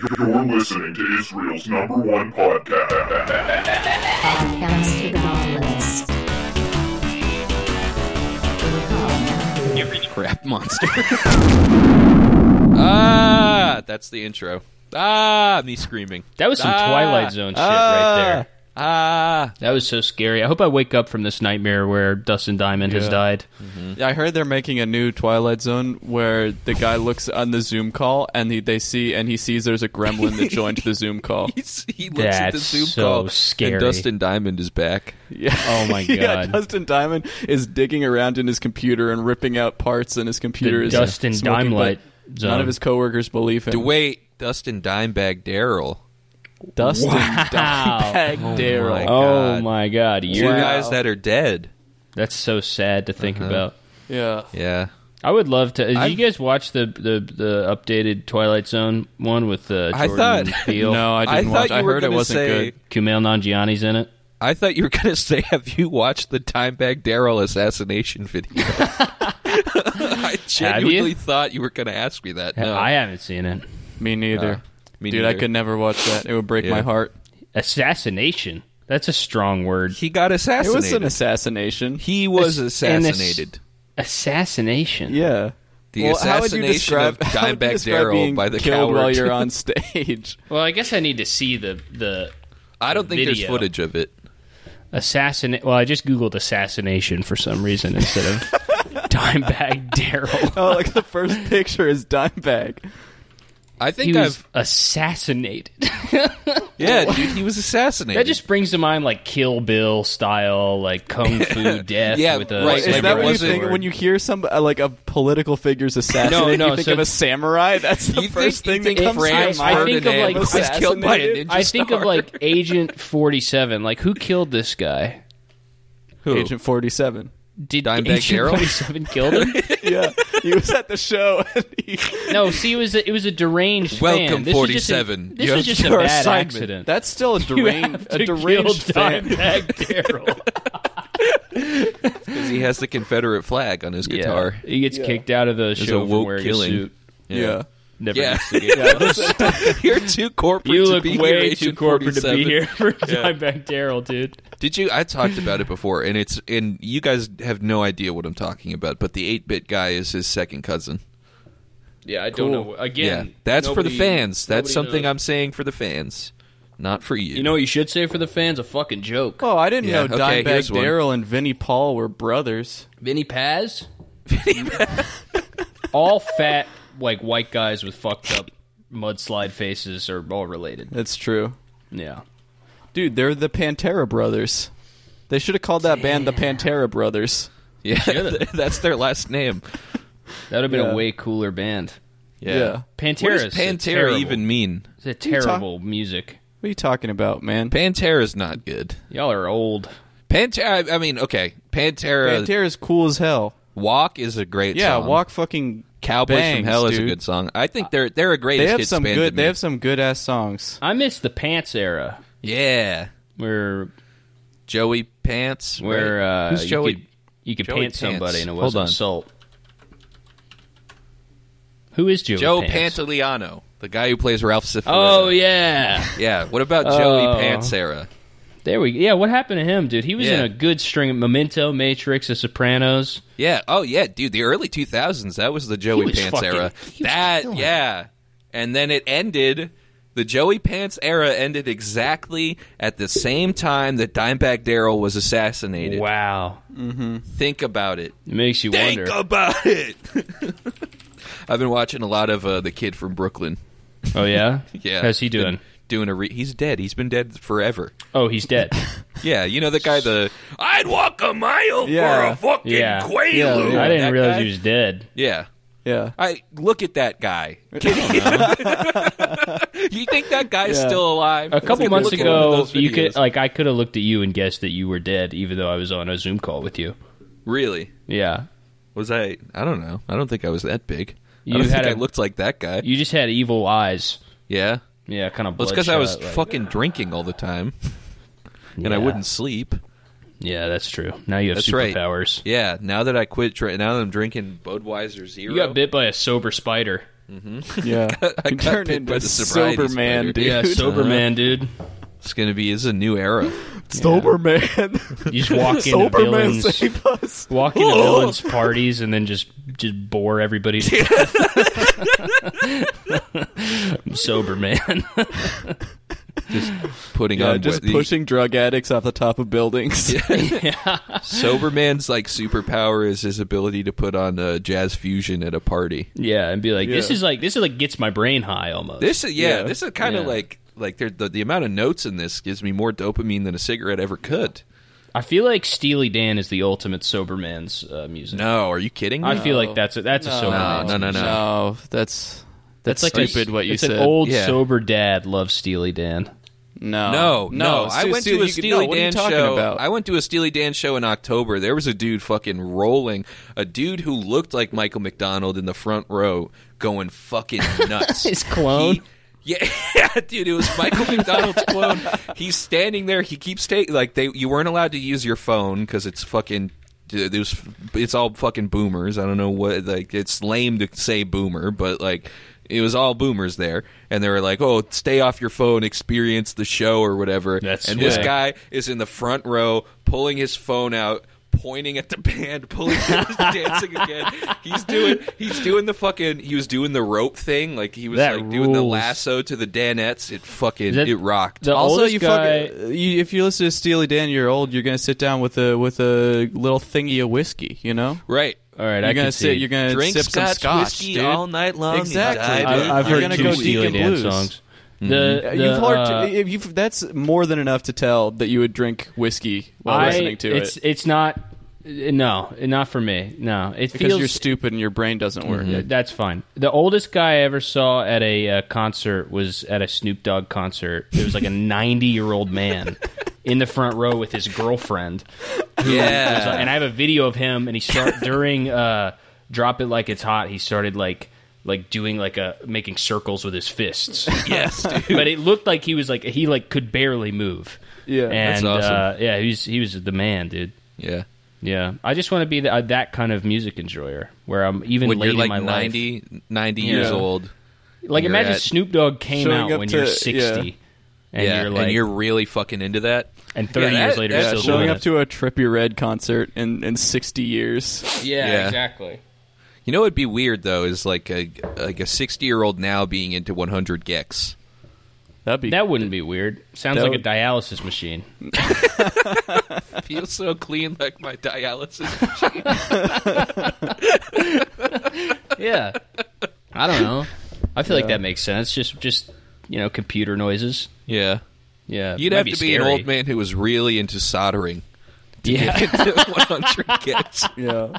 You're listening to Israel's number one podcast. Podcast to the Nautilus. crap monster. ah, that's the intro. Ah, me screaming. That was some Ah, Twilight Zone shit ah, right there. Ah, That was so scary. I hope I wake up from this nightmare where Dustin Diamond has Yeah. died. Yeah, I heard they're making a new Twilight Zone where the guy looks on the Zoom call and he, they see and he sees there's a gremlin that joined the Zoom call. He's- he looks at the That's Zoom so call. scary. And Dustin Diamond is back. Yeah. Oh my yeah, God. Dustin Diamond is digging around in his computer and ripping out parts, and his computer The is Dustin smoking, Dimelight but Zone. None uh, of his coworkers believe him. Dwayne Dustin Dimebag Daryl. Dustin Dimebag Oh Daryl. my Oh God. my god! Two You're, guys that are dead. that's so sad to think about. Yeah. Yeah. I would love to. Did I've- you guys watch the, the the updated Twilight Zone one with uh, I Jordan thought- Peele? No, I didn't thought watch. you I were heard it gonna wasn't say- good. Kumail Nanjiani's in it. I thought you were going to say, have you watched the Dimebag Daryl assassination video? I genuinely thought you were going to ask me that. No. I haven't seen it. Me neither. Ah, me Dude, I neither. could never watch that. It would break Yeah. my heart. Assassination. That's a strong word. he got It assassinated. was an assassination. he was Ass- an ass- assassinated. Assassination. Yeah. The assassination of how would you Dimebag describe Darrell being by the killed coward? while you're on stage? Well, I guess I need to see the the I don't think there's video. footage of it. assassinate. Well, I just googled assassination for some reason instead of Dimebag Daryl. oh, like the first picture is Dimebag. I think He was I've assassinated. yeah, dude, he was assassinated. that just brings to mind like Kill Bill style, like kung fu death. Yeah, with a right. samurai Is that what you wasn't- think sword. when you hear some uh, like a political figure's assassinated? No, no, you think so of a it's- samurai. That's the you first think, thing you that think comes to your Franz mind. I think of, Ferdinand like, was killed by a ninja I think star. of like Agent Forty Seven. Like, who killed this guy? Who? Agent Forty Seven. Did Dimebag Agent Daryl? Forty Seven kill him? Yeah, he was at the show. And he, No, see, it was a, it was a deranged Welcome, fan. This was just a- 47. This You was have just a your bad assignment. accident. that's still a You deranged, have a to deranged kill fan. Dimebag Daryl. because he has the Confederate flag on his guitar. He gets kicked out of the It's show a for woke wearing killing. a suit. Yeah. Never Yeah. gets to get You're too corporate. You to look be here, way too Agent corporate to be 47. here for Dimebag Daryl, dude. Did you? I talked about it before, and it's and you guys have no idea what I'm talking about. But the eight bit guy is his second cousin. Yeah, I Cool. know. Again, yeah, that's for the fans. That's something I'm saying for the fans, not for you. You know what you should say for the fans? A fucking joke. Oh, I didn't Yeah, know okay, Dimebag here's one. Daryl and Vinnie Paul were brothers. Vinny Paz? all fat, like, white guys with fucked up mudslide faces are all related. That's true. Yeah. Dude, they're the Pantera brothers. They should have called that band the Pantera brothers. yeah, that's their last name. That would have been Yeah. a way cooler band. Yeah. Yeah. Pantera. What does is Pantera terrible- even mean? It's a terrible music. What are you talking about, man? Pantera's not good. Y'all are old. Pantera. I mean, okay. Pantera. Pantera's cool as hell. Walk is a great Yeah, song. Walk fucking Cowboys bangs, from Hell dude. is a good song. I think they're they're a greatest They have hits some band good. to They me. have some good ass songs. I miss the pants era yeah. where Joey Pants. where right? uh, Who's you Joey? could you could Joey pant somebody Pants. and it Hold wasn't on. assault. Who is Joey? Joe pants? Pantoliano, the guy who plays Ralph Cifaletto. Oh yeah, yeah. What about Joey Oh. Pantsera? there we. Yeah, what happened to him, dude? He was in Yeah. a good string of Memento, Matrix, The Sopranos. Yeah. Oh yeah, dude. The early 2000s. That was the Joey was Pants fucking- era. he was That killing it. yeah. And then it ended. The Joey Pants era ended exactly at the same time that Dimebag Daryl was assassinated. Wow, Think about it. it makes you Think wonder. about it. I've been watching a lot of uh, the kid from Brooklyn. Oh yeah, Yeah. How's he Been doing? Doing a re- he's dead. He's been dead forever. Oh, he's dead. Yeah, you know the guy. The I'd walk a mile for Yeah. a fucking Yeah. quaalude. Yeah, yeah. I didn't That realize guy? he was dead. Yeah, Yeah, I look at that guy. you think that guy's Yeah. still alive? A couple Look months at one of ago, those you videos. could uh, like I could have looked at you and guessed that you were dead, even though I was on a Zoom call with you. really Yeah, was I? I don't know. I don't think I was that big. I You don't had think I a- looked like that guy. you just had evil eyes. yeah, Yeah, kind of. well, it's because I was fucking drinking all the time, and I Yeah. wouldn't sleep. Yeah, that's true. Now you have That's right. superpowers. Yeah, now that I quit, dri- now that I'm drinking Budweiser Zero, You got bit by a sober spider. Yeah, I you got turn bit into by a the sobriety sober man, spider. dude. Yeah, so- Sober man, dude. It's gonna be. It's a new era. sober man. You just walk into sober man, villains, save us. walk into villains parties, and then just just bore everybody to death. I'm sober man. Putting Yeah, on just wet- pushing drug addicts off the top of buildings. Sober man's like superpower is his ability to put on a jazz fusion at a party. yeah, and be like, this Yeah. is like this is like gets my brain high almost. This is yeah. Yeah. This is kind of Yeah. like like there- the the amount of notes in this gives me more dopamine than a cigarette ever could. I feel like Steely Dan is the ultimate sober man's uh, music. No, are you kidding? me? I feel like that's a, that's a sober no, man's no, no, music. no. No, that's that's, It's like a- stupid. what you it's said. an old Yeah. sober dad loves Steely Dan. no, No, no. I Stu- went Stu, to a you could- Steely no, what are Dan you talking show. about? I went to a Steely Dan show in October. There was a dude fucking rolling, a dude who looked like Michael McDonald in the front row, going fucking nuts. His clone? He- yeah, yeah, dude, it was Michael McDonald's clone. He's standing there. He keeps taking like they. You weren't allowed to use your phone because it's fucking. It was, it's all fucking boomers. I don't know what like it's lame to say boomer, but like it was all boomers there, and they were like, "Oh, stay off your phone, experience the show or whatever." That's and this swag. guy is in the front row pulling his phone out. Pointing at the band, pulling, dancing again. He's doing, he's doing the fucking. He was doing the rope thing, like he was That like doing the rules. last so to the Danettes, it fucking That- it rocked. the Also, oldest you guy- fucking you, if you listen to Steely Dan, you're old. You're gonna sit down with a with a little thingy of whiskey. You know, right. All right, I you're can gonna see. sit. You're gonna Drink sip scotch, some scotch, whiskey dude. all night long. and Exactly. die, dude. I, I've You're heard gonna two go Steely Deacon Dan Blues. Mm-hmm. songs. The, the, you've learned uh, if you've, that's more than enough to tell that you would drink whiskey while I- listening to it's, it It's not. No, not for me. No, it because feels. you're stupid and your brain doesn't work. that's fine. The oldest guy I ever saw at a uh, concert was at a Snoop Dogg concert. It was like a 90 year old man in the front row with his girlfriend. It was like- yeah. and I have a video of him, and he start during uh, "Drop It Like It's Hot." He started like like doing like a making circles with his fists. yes, dude. but it looked like he was like he like could barely move. Yeah. and That's uh, awesome. yeah, he was he was the man, dude. Yeah. Yeah, I just want to be the, uh, that kind of music enjoyer where I'm even When late you're like in my 90, 90 years Yeah. old. life. Like you're imagine at- Snoop Dogg came Showing out up when to- you're 60, yeah. and yeah. you're like and you're really fucking into that. And 30 Yeah, years that- later, that's still showing doing Showing it. up to a Trippy Red concert in, in 60 years. yeah. exactly. You know what'd be weird though is like a like a sixty year old now being into one hundred gex. That'd be That wouldn't be weird. Sounds That like would- a dialysis machine. Feels so clean like my dialysis. yeah. I don't know. I feel like that makes sense. Just just you know, computer noises. Yeah. Yeah. You'd might have to be an scary. old man who was really into soldering. Yeah. one hundred gex. yeah.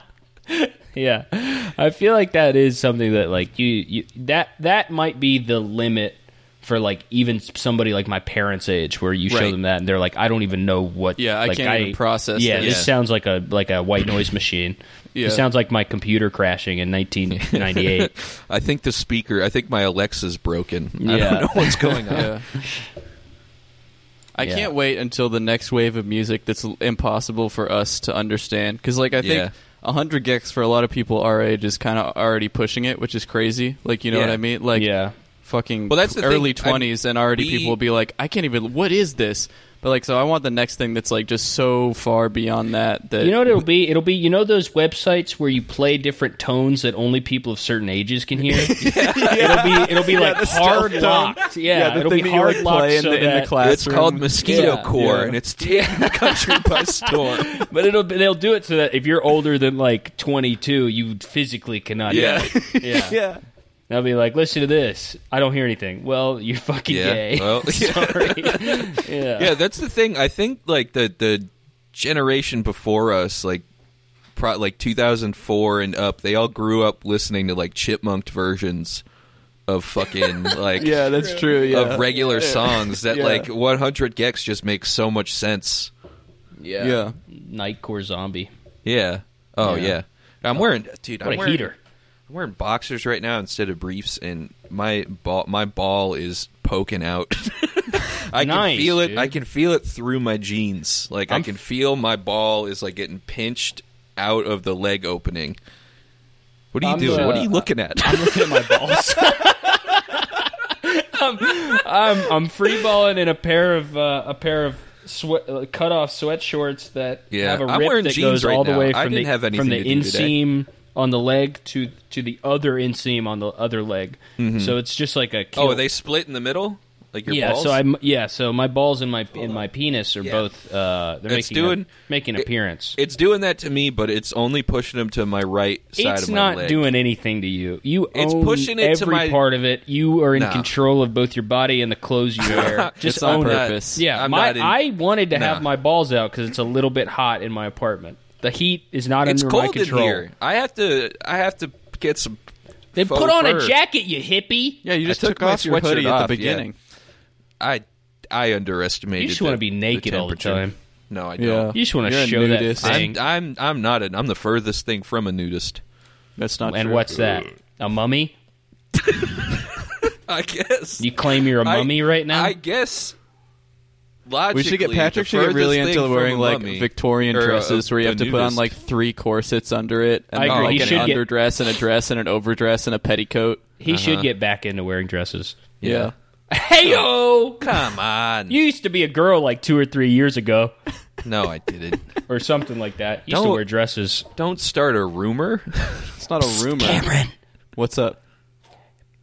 yeah. I feel like that is something that like you, you that that might be the limit for like even somebody like my parents' age where you show Right. them that and they're like, I don't even know what Yeah, I like, can't even process Yeah, that. this Yeah. sounds like a like a white noise machine. Yeah. It sounds like my computer crashing in nineteen ninety eight. I think the speaker. I think my Alexa's broken. I Yeah. don't know what's going on. Yeah. I Yeah. can't wait until the next wave of music that's l- impossible for us to understand. Because, like, I Yeah. think a 100 gigs for a lot of people our age is kind of already pushing it, which is crazy. Like, you know Yeah. what I mean? Like, yeah. fucking Well, that's the early thing. I- 20s, and already we- people will be like, I can't even, what is this? But, like, so I want the next thing that's, like, just so far beyond that that. You know what it'll be? It'll be you know those websites where you play different tones that only people of certain ages can hear. It'll be it'll be like the stealth hard tone. locked. Yeah, Yeah, the it'll thing be that you, like, hard locked play in so the- in the that- class. It's called Classroom. Mosquito Yeah. Core, Yeah. and it's taking the country by storm. But it'll they'll do it so that if you're older than like 22, you physically cannot. hear Yeah. it. yeah. Yeah. They'll be like, listen to this. I don't hear anything. Well, you're fucking Yeah, gay. well, yeah. Sorry. yeah. yeah, that's the thing. I think like the the generation before us, like pro- like 2004 and up, they all grew up listening to like chipmunked versions of fucking like Yeah, that's true. Yeah. of regular songs that Yeah. like 100 gex just makes so much sense. Yeah. yeah. Nightcore zombie. Yeah. Oh yeah. Yeah. I'm wearing dude. What I'm a wearing, heater. I'm wearing boxers right now instead of briefs, and my ball my ball is poking out. I Nice, can feel it. dude. I can feel it through my jeans. Like i I'm- can feel my ball is like getting pinched out of the leg opening. What are you I'm doing? the- what are you looking at? I'm looking at my balls. I'm, I'm I'm free balling in a pair of uh, a pair of sweat, uh, cut off sweat shorts that Yeah, have a I'm rip wearing that jeans goes right all the now. way I from the didn't have from anything the to do today. inseam on the leg to to the other inseam on the other leg. So it's just like a Mm-hmm. oh, kilt. are they split in the middle? Like your yeah. balls? So I'm yeah. So my balls and my and my penis are both uh they're It's making doing- a, making it- appearance. It's doing that to me, but it's only pushing them to my right side it's of my not leg. doing anything to you. You It's own pushing it to every my- part of it. You are in Nah. control of both your body and the clothes you wear. Just It's on own it. purpose. Yeah, I'm my, not in- I wanted to Nah. have my balls out because it's a little bit hot in my apartment. The heat is not It's under my cold in control. here. I have to. I have to get some. Then faux put on a fur. jacket, you hippie. Yeah, you just took took, my off your sweatshirt hoodie off, at the beginning. I I underestimated. You just the- wanna be naked all the temperature. time. No, I Yeah, don't. You just wanna You're a show that nudist. thing. I'm, I'm I'm not an. I'm the furthest thing from a nudist. That's not. and true. what's that? A mummy? I guess. You claim you're a I- mummy right now? I guess. We Logically, should get Patrick the should get really furthest into thing from wearing a like mummy- Victorian or, uh, dresses where you a have to put on nudist. like three corsets under it, and I then, agree, like he an should get- underdress and a dress and an overdress and a petticoat. he Uh-huh. should get back into wearing dresses. Yeah, Heyo! Come on. You used to be a girl like two or three years ago, no, I didn't. or something like that. You used to Don't- wear dresses. Don't start a rumor. it's not a rumor. What's up,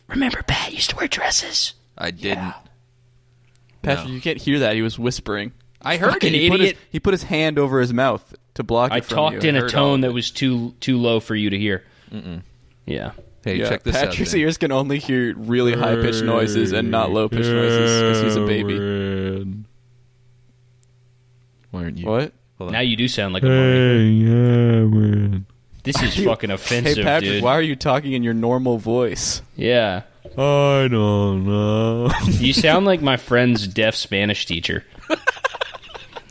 remember Pat used to wear dresses. I didn't. Patrick? You can't hear that. He was whispering. I heard Fucking it. He put, his, Idiot. he put his hand over his mouth to block. It I from talked you. in a heard all tone of that was too too low for you to hear. Yeah. Hey, Yeah, check this Patrick's out. then. ears can only hear really high pitched noises and not low pitched noises because he's a baby. Why aren't you? What? Hold on. Now you do sound like a mummy. This is fucking Hey offensive, Patrick, dude. why are you talking in your normal voice? Yeah. I don't know. You sound like my friend's deaf Spanish teacher.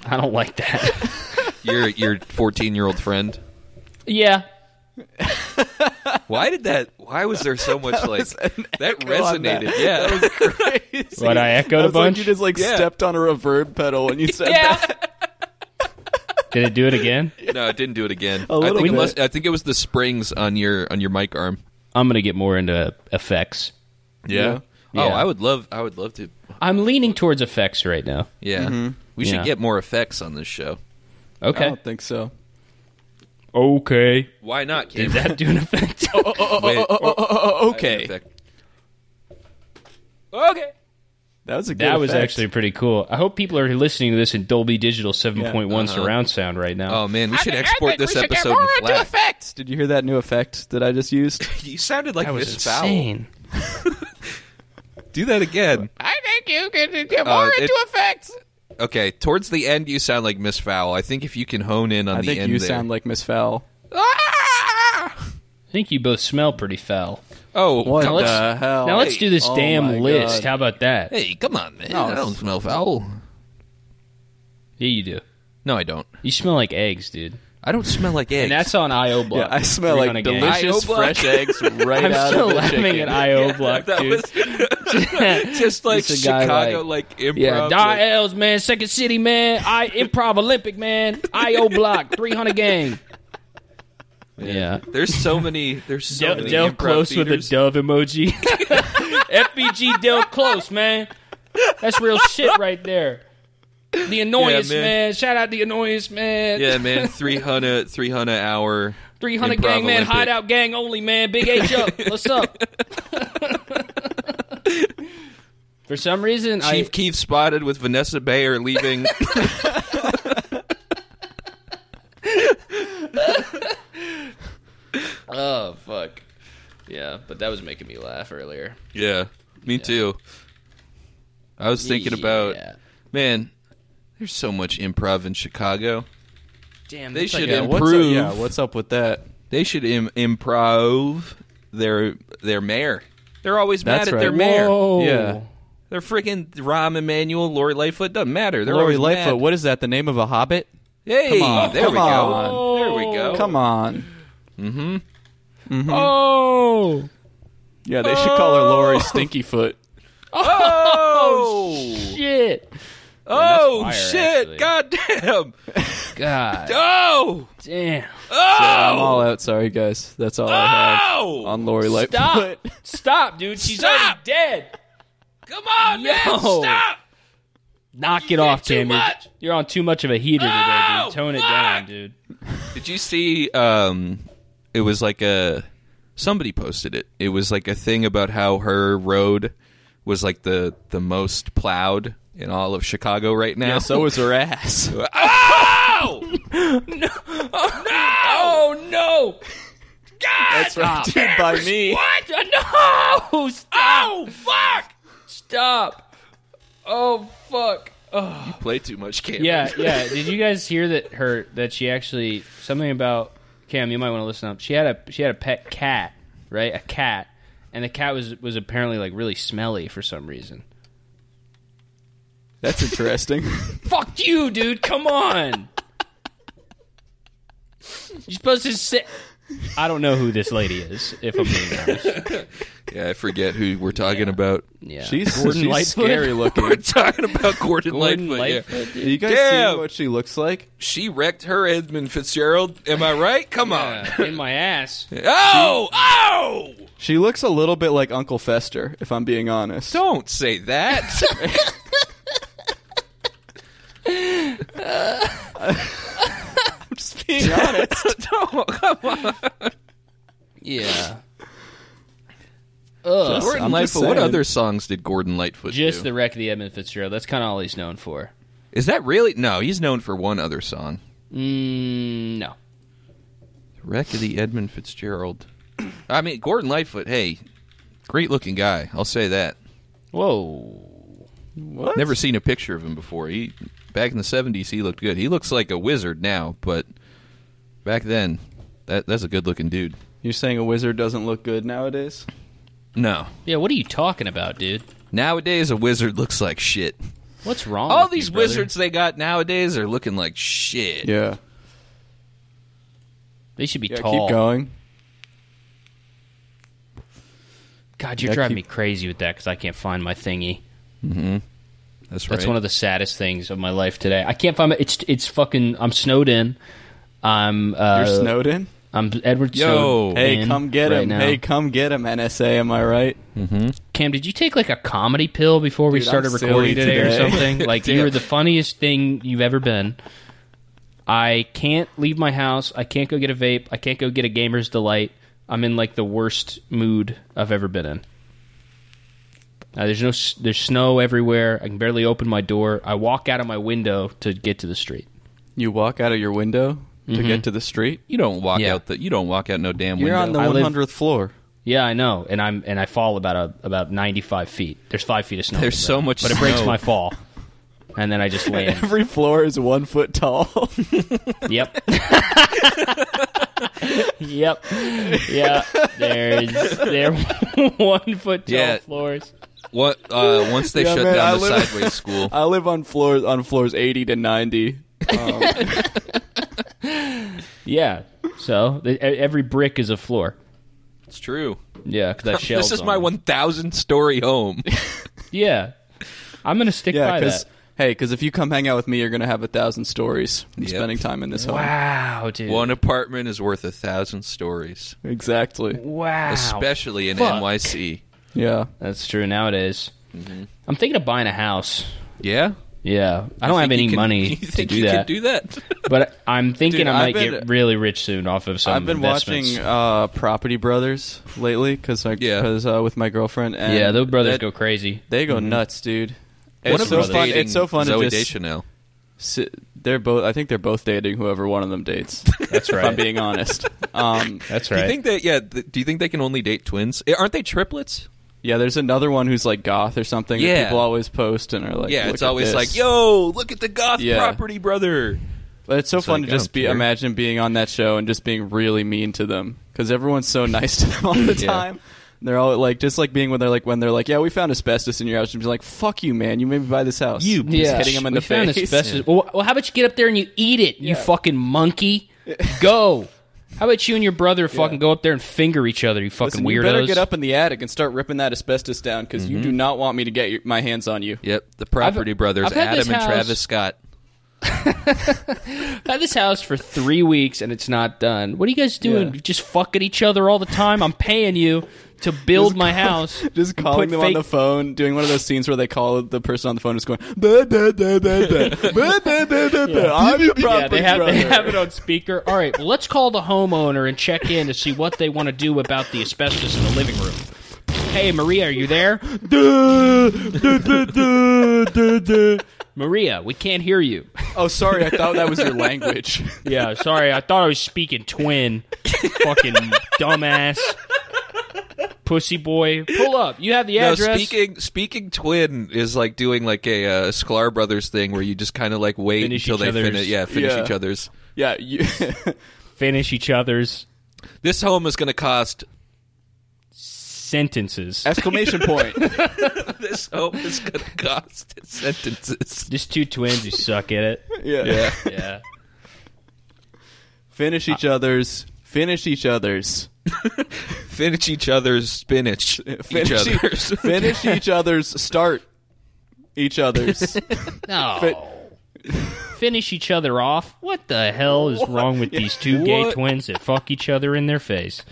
I don't like that. your your 14 year old friend. Yeah. Why did that? Why was there so much like that echo on that. resonated? Yeah, Crazy. What I echoed I a was like, bunch? you just like Yeah. stepped on a reverb pedal when you said that. Did it do it again? no, it didn't do it again. A I little think it bit. must, I think it was the springs on your on your mic arm. I'm gonna get more into effects. Yeah. Oh, Yeah. I would love. I would love to. I'm leaning towards effects right now. Yeah. Mm-hmm. We should Yeah. get more effects on this show. I Okay. don't think so. Okay. Why not? Did Cameron? that do an effect? Oh, Wait, okay. effect. okay. That was a good That was effect. actually pretty cool. I hope people are listening to this in Dolby Digital 7.1 uh-huh. surround sound right now. Oh Um, man, we should export this episode in flash. effects. Did you hear that new effect that I just used? You sounded like that was Miss Fowl. insane. Do that again. I think you could get more into effects. Okay, towards the end you sound like Miss Fowl. I think if you can hone in on I the think end you there. sound like Miss Fowl. Ah! I think you both smell pretty foul. oh, What come let's- the hell? now let's hey, do this oh my damn God. list. How about that? Hey, come on, man. No, I don't it's- smell foul. Yeah, you do. No, I don't. You smell like eggs, dude. I don't smell like eggs. And that's on IO Yeah, Block. I smell Three on a like game. delicious I-O-block. fresh eggs right I'm out still of the laughing chicken. at IO Block, that dude. was just like It's a guy Chicago, like, improv. Yeah, like- Da L's, man. Second City, man. I Improv Olympic, man. IO Block, 300 gang. Yeah. there's so many. There's so Del, many Del improv Close with a theaters. dove emoji. FBG Del Close, man. That's real shit right there. The annoyance, Yeah, man. man. Shout out the annoyance, man. Yeah, man. 300, 300 hour. 300 Improv gang, man. Olympic. Hideout gang only, man. Big H up. What's up? For some reason, Chief I. Keef spotted with Vanessa Bayer leaving. Oh, fuck. Yeah, but that was making me laugh earlier. yeah, me too. I was thinking about Yeah. man. There's so much improv in Chicago. Damn, They that's should like a- Yeah, what's up, Improve. yeah, what's up with that? They should Im- improv their their mayor. They're always That's mad at right. their mayor. Whoa. Yeah. They're freaking Rahm Emanuel, Lori Lightfoot. Doesn't matter. They're Lori always Lightfoot, Mad. what is that? The name of a hobbit? Hey, Come on, there come we on. go. There we go. Come on. Oh. Yeah, they should call her Lori Stinkyfoot. Oh, Shit. oh fire, shit! Oh, actually. God damn. God Oh! damn. I'm all out. Sorry, guys. That's all I have Oh! on Lori Lightfoot. Stop. Stop, dude. She's Stop! already dead. Come on, man! Yo! Stop! Knock it did off, too damn it. much. You're on too much of a heater today, Oh, dude. Tone it fuck. down, dude. Did you see? Um, it was like a somebody posted it. It was like a thing about how her road was like the the most plowed in all of Chicago right now. Yeah, so was her ass. oh! Oh no! That's right. Dude, by me. What? No! Stop! Oh fuck! Stop! Oh fuck! Play too much, Cameron. Yeah, yeah. Did you guys hear that her that she actually something about Cam? You might want to listen up. She had a she had a pet cat, right? A cat, and the cat was was apparently like really smelly for some reason. That's interesting. Fuck you, dude. Come on. You're supposed to sit. I don't know who this lady is. If I'm being honest, Yeah, I forget who we're talking about. yeah. She's, Gordon she's Lightfoot? scary We're looking. talking about Gordon, Gordon Lightfoot. yeah. Lightfoot, dude. You guys Damn. see what she looks like? She wrecked her Edmund Fitzgerald. Am I right? Come on. Yeah, in my ass. Oh! Oh! She looks a little bit like Uncle Fester, if I'm being honest. Don't say that. Just being honest. no, come on. Yeah. Gordon I'm just Lightfoot. What saying. other songs did Gordon Lightfoot Just do? the wreck of the Edmund Fitzgerald. That's kind of all he's known for. Is that really? No, he's known for one other song. Mm, no. Wreck of the Edmund Fitzgerald. I mean, Gordon Lightfoot, hey, great looking guy. I'll say that. Whoa. What? Never seen a picture of him before. He Back in the 70s, he looked good. He looks like a wizard now, but back then, that that's a good looking dude. You're saying a wizard doesn't look good nowadays? No. Yeah, what are you talking about, dude? Nowadays, a wizard looks like shit. What's wrong? All with you, these brother? wizards they got nowadays are looking like shit. Yeah. They should be Yeah, tall. keep going. God, you're Yeah, driving keep- me crazy with that because I can't find my thingy. That's right. That's one of the saddest things of my life today. I can't find my. It's it's fucking. I'm snowed in. I'm. Uh, You're Snowden? I'm Edward. Yo. Snowden Hey, come get right him. now. Hey, come get him, NSA, am I right? Cam, did you take like a comedy pill before we Dude, started I'm recording silly today, or today. something? Like you were the funniest thing you've ever been. I can't leave my house. I can't go get a vape. I can't go get a gamer's delight. I'm in like the worst mood I've ever been in. Uh, there's no s- there's snow everywhere. I can barely open my door. I walk out of my window to get to the street. You walk out of your window to get to the street? You don't walk Yeah. out the. You don't walk out no damn You're window. on the I live- 100th floor. Yeah, I know, and I'm and I fall about a, about 95 feet. There's five feet of snow. on There's the so ground, much but it breaks snow. my fall, and then I just land. Every floor is one foot tall. Yep. yep. Yeah. There's there one foot tall Yeah. floors. What uh, once they Yeah, shut man, down the I live- sideways school? I live on floors on floors 80 to 90. Yeah. So the, e- every brick is a floor. It's true. Yeah, because that shell. This is my one thousand story home. Yeah. I'm gonna stick Yeah, by because that. hey, because if you come hang out with me, you're gonna have a thousand stories from Yep. spending time in this home. Wow, dude. one apartment is worth a thousand stories, Exactly. wow. especially in Fuck. NYC. Yeah. That's true nowadays. I'm thinking of buying a house. Yeah, Yeah, I don't have Think you any can- money You to think do you Can that. do that? But I'm thinking Dude, I might I've been- get really rich soon off of some. I've been investments. watching uh, Property Brothers lately because Yeah. uh, with my girlfriend. And Yeah, those brothers that- go crazy. They go nuts, dude. One It's of so them's fun. dating It's so fun Mm-hmm. Zoe to just. Deschanel. Sit, they're both. I think they're both dating whoever one of them dates. That's If I'm right. being honest. Um, That's Do right. you think that? Yeah. Th- do you think they can only date twins? Eh, Aren't they triplets? yeah, there's another one who's like goth or something. Yeah. that people always post and are like, yeah, "Look it's at always this." like, "Yo, look at the goth Yeah. property, brother." But it's so fun like, to I just don't be care. imagine being on that show and just being really mean to them because everyone's so nice to them all the Yeah. time. And They're all like just like being when they're like when they're like, yeah, we found asbestos in your house. And be like, fuck you, man, you made me buy this house. You just hitting them in We the found face. asbestos- Well, well, how about you get up there and you eat it, you fucking monkey? Go. How about you and your brother fucking go up there and finger each other, you fucking Listen, weirdos? you better get up in the attic and start ripping that asbestos down because you do not want me to get your, my hands on you. Yep, the property brothers, I've had Adam this and house- Travis Scott. Had this house for three weeks and it's not done. What are you guys doing? Yeah. Just fucking each other all the time. I'm paying you to build my house. Just calling Put them fake- on the phone, doing one of those scenes where they call the person on the phone, just going, "Bah, bah, bah, bah, bah, bah, bah, bah, bah, bah. I'm your property Yeah, they have brother. they have it on speaker. All right, well, let's call the homeowner and check in to see what they want to do about the asbestos in the living room. Hey, Maria, are you there? Maria, we can't hear you. Oh, sorry, I thought that was your language. Yeah, sorry, I thought I was speaking twin. Fucking dumbass. Pussy boy, pull up. You have the No, address. speaking speaking twin is like doing like a uh, Sklar Brothers thing where you just kind of like wait Finish until each they other's. finish. Yeah, finish Yeah. each other's. yeah, you, Finish each other's This home is going to cost. sentences. exclamation point. This home is going to cost sentences. Just two twins who suck at it. Yeah. Yeah. finish each other's. Finish each other's. Finish each other's spinach. Finish each e- other's. finish each other's. Start each other's. No. Fit- Finish each other off. What the hell is wrong with these two gay What? twins that fuck each other in their face?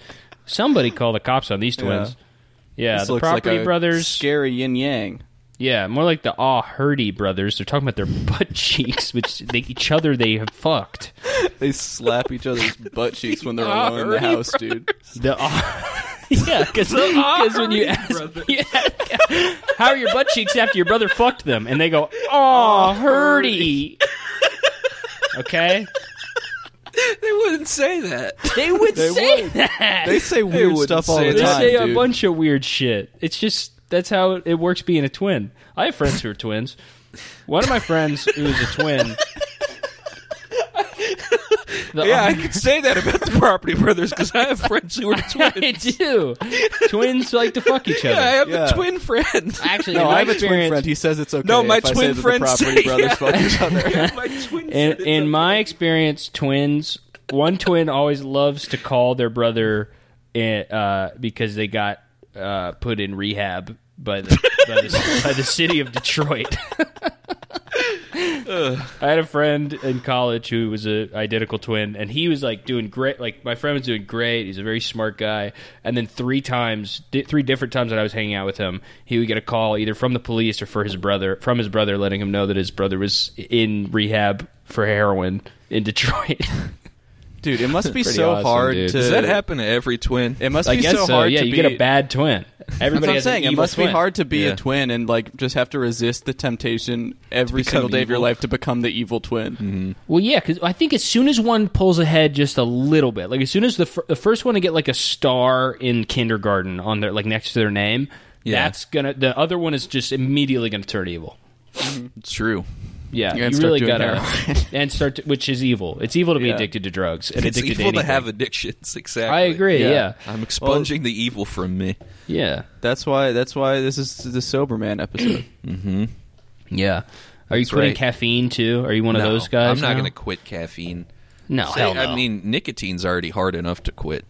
Somebody call the cops on these twins. Yeah, This the looks like Property a Brothers. Scary yin yang. yeah, more like the Ah Hurdy Brothers. They're talking about their butt cheeks, which they, each other they have fucked. They slap each other's butt cheeks when they're Ah, alone in the hurry, house, dude. The Ah. yeah, because Ah when you ask, you ask- how are your butt cheeks after your brother fucked them, and they go Ah Hurdy. Okay, They wouldn't say that. they would They say would. that. They say weird wouldn't stuff all say the They that. time, say a dude. bunch of weird shit. It's just that's how it works being a twin. I have friends who are twins. One of my friends who is a twin. The- Yeah, I could say that about the Property Brothers because I have friends who are I twins. do. Twins like to fuck each Yeah, I other. have Yeah. a twin friend. Actually, No, in my I have a twin experience- friend. He says it's okay. No, my if I say twin that the friends property say- brothers yeah. fuck each other. My twin in, friend. in my experience, twins, one twin always loves to call their brother uh, because they got uh, put in rehab by the, by, the, by the city of Detroit. I had a friend in college who was a identical twin, and he was like doing great. Like my friend was doing great. He's a very smart guy. And then three times, di- three different times that I was hanging out with him, he would get a call either from the police or for his brother, from his brother, letting him know that his brother was in rehab for heroin in Detroit. Dude, it must be Pretty so awesome, hard dude. to. Does that happen to every twin? It must I be guess so so. hard yeah, to you be. get a bad twin. That's Everybody what I'm has an saying. It evil must be twin. hard to be Yeah. a twin and like just have to resist the temptation every become single day of your evil. life to become the evil twin. Well, yeah, because I think as soon as one pulls ahead just a little bit, like as soon as the, fir- the first one to get like a star in kindergarten on their like next to their name, Yeah. that's gonna the other one is just immediately gonna turn evil. It's true. Yeah, and you start really doing gotta heroin. and start to, which is evil. It's evil to be Yeah. addicted to drugs and It's addicted evil to anything. have addictions. Exactly. I agree. Yeah. Yeah, I'm expunging the evil from me. yeah, That's why. That's why this is the sober man episode. yeah. Are you That's quitting right. caffeine too? Are you one of No, those guys? I'm not now? going to quit caffeine. No, hell no. I mean, nicotine's already hard enough to quit.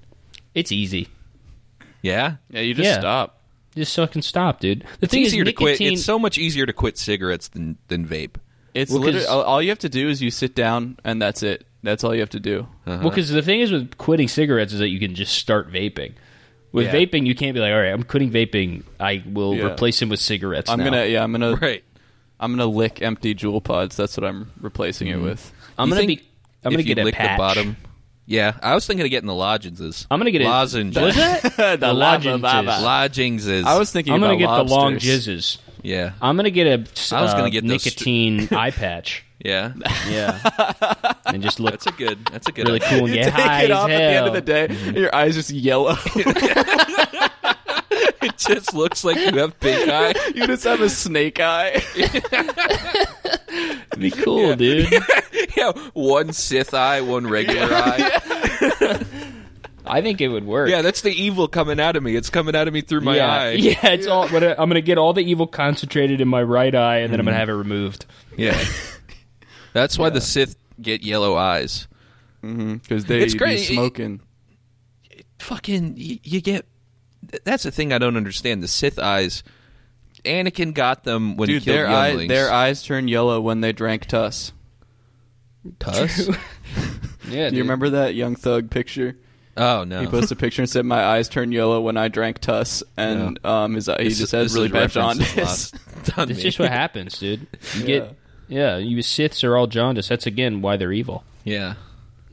it's easy. Yeah, yeah, you just Yeah. stop. Just fucking stop, dude. The it's thing easier is, to quit. nicotine- It's so much easier to quit cigarettes than than vape. It's Well, 'cause- literally all all you have to do is you sit down and that's it. That's all you have to do. Well, because the thing is with quitting cigarettes is that you can just start vaping. With Yeah. vaping, you can't be like, all right, I'm quitting vaping. I will Yeah. replace him with cigarettes. I'm now." gonna. Yeah, I'm gonna. Right. I'm gonna lick empty jewel pods. That's what I'm replacing Mm-hmm. it with. I'm You gonna think be. I'm gonna if you get a lick patch. the bottom. Yeah, I was thinking of getting the lozenges. I'm gonna get a- lozenges. Was that The lava lozenges. baba. Lozenges. I was thinking. I'm gonna about get the long lobsters. jizzes. Yeah, I'm gonna get a I was uh, gonna get those st- nicotine eye patch. yeah. Yeah, and just look That's a good. That's a good. really idea. cool and get Take high it as off hell. Mm-hmm. at the end of the day. and Your eyes just yellow. It just looks like you have big eye. you just have a snake eye. It'd be cool, dude. yeah, one Sith eye, one regular eye. I think it would work. Yeah, that's the evil coming out of me. It's coming out of me through my yeah. eye. Yeah, it's all. What I- I'm gonna get all the evil concentrated in my right eye, and then I'm gonna have it removed. Yeah. That's why the Sith get yellow eyes. Because they It's be great. smoking. Fucking, you, you get. That's the thing I don't understand. The Sith eyes. Anakin got them when Dude, he killed their, eye, younglings. their eyes turn yellow when they drank Tuss. Tuss? Yeah, Do you remember that Young Thug picture? Oh no. He posted a picture and said, "My eyes turned yellow when I drank Tuss," and um, his, he This- just has this really is bad references jaundice. lost on That's me. just what happens, dude. You get yeah, you Siths are all jaundiced. That's again why they're evil. Yeah.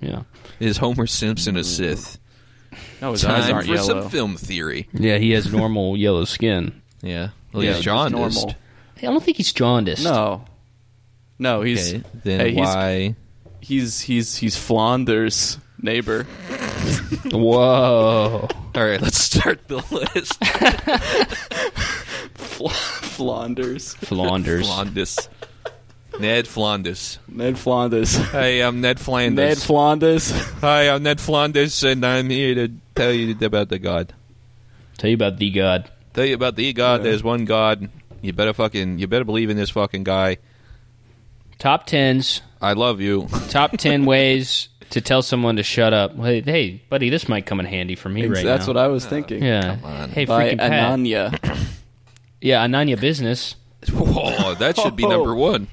Yeah. Is Homer Simpson a Sith? No, Mm. his eyes Time aren't for yellow. some film theory. Yeah, he has normal yellow skin. Yeah. Well, Yeah, he's just jaundiced. normal. I don't think he's jaundiced. No, no, he's Okay. Then hey, he's- why? he's he's he's Flanders' neighbor. Whoa. All right, let's start the list. Fl- Flanders, Flanders. Flandus. Ned Flandus. Ned Flanders, Hey, I'm Ned Flandus. um, Ned Flanders. Hi, I'm Ned Flandus, and I'm here to tell you about the God. Tell you about the god. Tell you about the God. There's one God. You better fucking. You better believe in this fucking guy. Top tens. I love you. Top ten ways to tell someone to shut up. Hey, hey buddy, this might come in handy for me right That's now. what I was thinking. yeah. Come on. Hey, By freaking Pat. Ananya. Yeah, Ananya business. Whoa, that should be number one.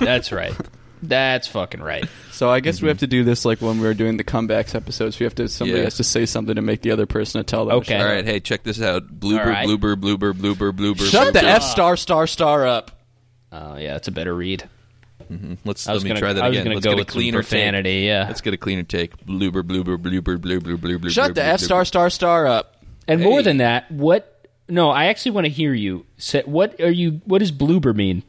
That's right. That's fucking right. So I guess we have to do this like when we were doing the comebacks episodes. We have to somebody Yeah. has to say something to make the other person to tell them. to Okay. shut All up. right, hey, check this out. Blooper, All right. blooper, blooper, blooper, blooper. Shut the blooper. F star star star up. Oh yeah, that's a better read. Let's I let was me gonna try that I was again. gonna Let's go get a with some cleaner profanity. take. Yeah. Let's get a cleaner take. Blooper, blooper, blooper, blooper, blooper, Shut the blooper, F star blooper. star star up. And Hey. more than that, what? No, I actually want to hear you. Say, what are you? What does bloober mean?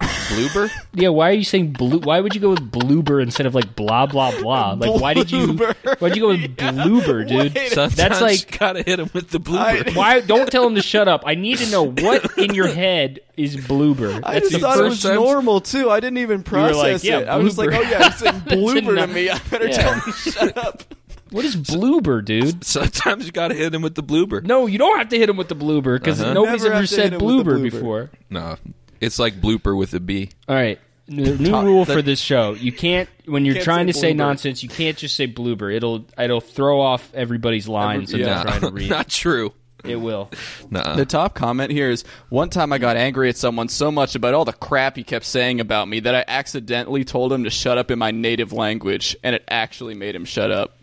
Blooper. Yeah, why are you saying blue? Why would you go with bloober instead of like blah blah blah? Like why did you? Why'd you go with bloober, dude? Sometimes That's like gotta hit him with the blooper. why? Don't tell him to shut up. I need to know what in your head is blooper. I That's just the thought it first. was time- normal too. I didn't even process like, yeah, it. I was like, blooper. oh yeah, it's like blooper to enough. me. I better Yeah. tell him to shut up. What is bloober, dude? Sometimes you gotta hit him with the blooper. No, you don't have to hit him with the bloober because nobody's Uh-huh. Never ever have to said hit him with the bloober bloober. before. No, it's like blooper with a B. All right. New, new Top- rule the- for this show: you can't when you're Can't trying say to say bloober. nonsense. You can't just say bloober. It'll it'll throw off everybody's lines that they're yeah. trying to read. Not true. It will. Nah. The top comment here is one time I got angry at someone so much about all the crap he kept saying about me that I accidentally told him to shut up in my native language, and it actually made him shut up.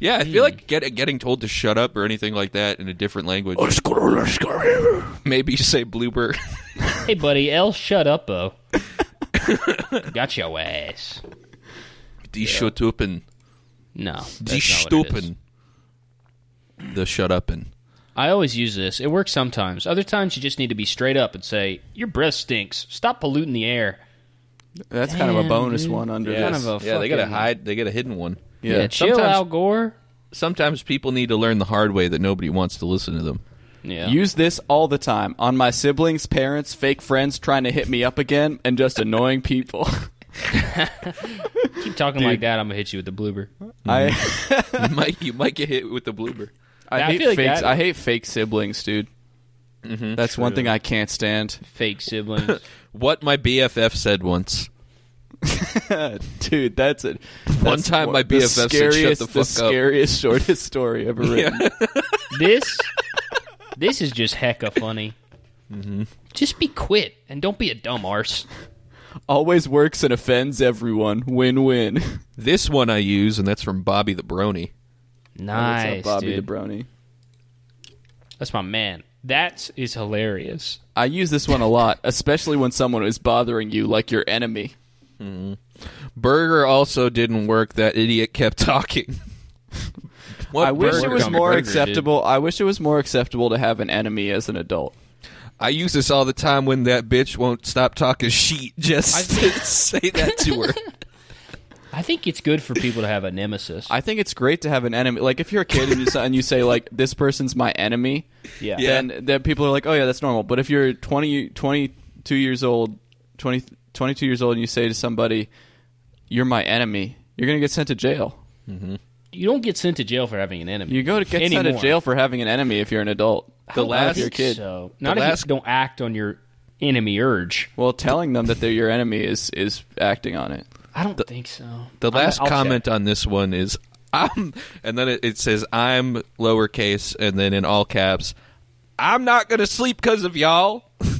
yeah, I feel like get, getting told to shut up or anything like that in a different language. Maybe say blooper. Hey, buddy, L, shut up, oh. Got your ass. Die Schutupen. No, Die that's not what it is. Stupen. The shut upin. I always use this. It works sometimes. Other times, you just need to be straight up and say, "Your breath stinks. Stop polluting the air." That's kind of a Damn, bonus dude. one under Kind this. of a yeah, they gotta fucking- hide. They get a hidden one. yeah, chill, sometimes- Al Gore. Sometimes people need to learn the hard way that nobody wants to listen to them. Yeah, Use this all the time on my siblings, parents, fake friends trying to hit me up again, and just annoying people. keep talking like that. I'm gonna hit you with the bloober. I. you might you might get hit with the bloober. I Yeah, I hate feel like fake. that- I hate fake siblings, dude. That's one thing I can't stand, Fake siblings. What my BFF said once. dude. That's it. One that's time one- my the BFF said, "Shut scariest- the the fuck up." scariest, shortest story ever written. this this is just hecka funny. Mm-hmm. Just be quit and don't be a dumb arse. Always works and offends everyone. Win-win. This one I use, and that's from Bobby the Brony. What's Nice, up, Bobby dude. DeBroni. That's my man. That is hilarious. I use this one a lot, especially when someone is bothering you, like your enemy. Burger also didn't work. That idiot kept talking. what I wish burger? it was on more burger, dude. acceptable. I wish it was more acceptable to have an enemy as an adult. I use this all the time when that bitch won't stop talking sheet. Just say that to her. I think it's good for people to have a nemesis. I think it's great to have an enemy. Like if you're a kid and you, s- and you say like this person's my enemy, yeah. then then people are like, "Oh yeah, that's normal." But if you're 20 22 years old, 20 22 years old and you say to somebody, "You're my enemy," you're going to get sent to jail. You don't get sent to jail for having an enemy. You go to get sent Anymore. to jail for having an enemy if you're an adult. The Not last if you're a kid. So not The if last- you don't act on your enemy urge. Well, telling them that they're your enemy is is acting on it. I don't think so. The I'm- last I'll check. comment on this one is I'm, and then it, it says I'm lowercase, and then in all caps, I'm not gonna sleep because of y'all. It's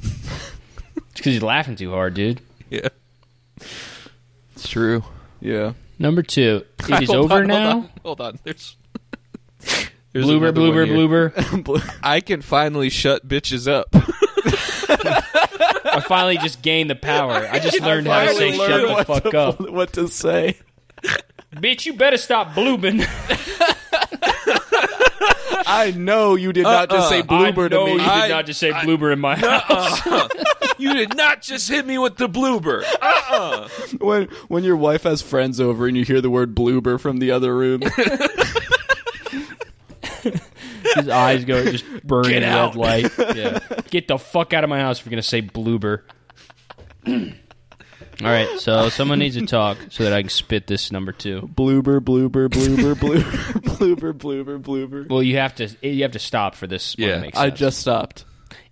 because he's laughing too hard, dude. Yeah. It's true. Yeah. Number two, it is Hold over on, now. Hold on, hold on. There's, there's Bloober, another one bloober, here. bloober. I can finally shut bitches up. I finally just gained the power. I just learned how to say finally shut learned the what fuck up. what to say? Bitch, you better stop blooming. I know you did not just say I bloober know to you me. did I- not just say bloober in my house. you did not just hit me with the bloober. when when your wife has friends over and you hear the word bloober from the other room. His eyes go just burning Get out. red light. Yeah. Get the fuck out of my house if you're gonna say bloober. All right, so someone needs to talk so that I can spit this number two. bloober, bloober, bloober, bloober, bloober, bloober, bloober. Well, you have to you have to stop for this. one to Yeah, make I sense. just stopped.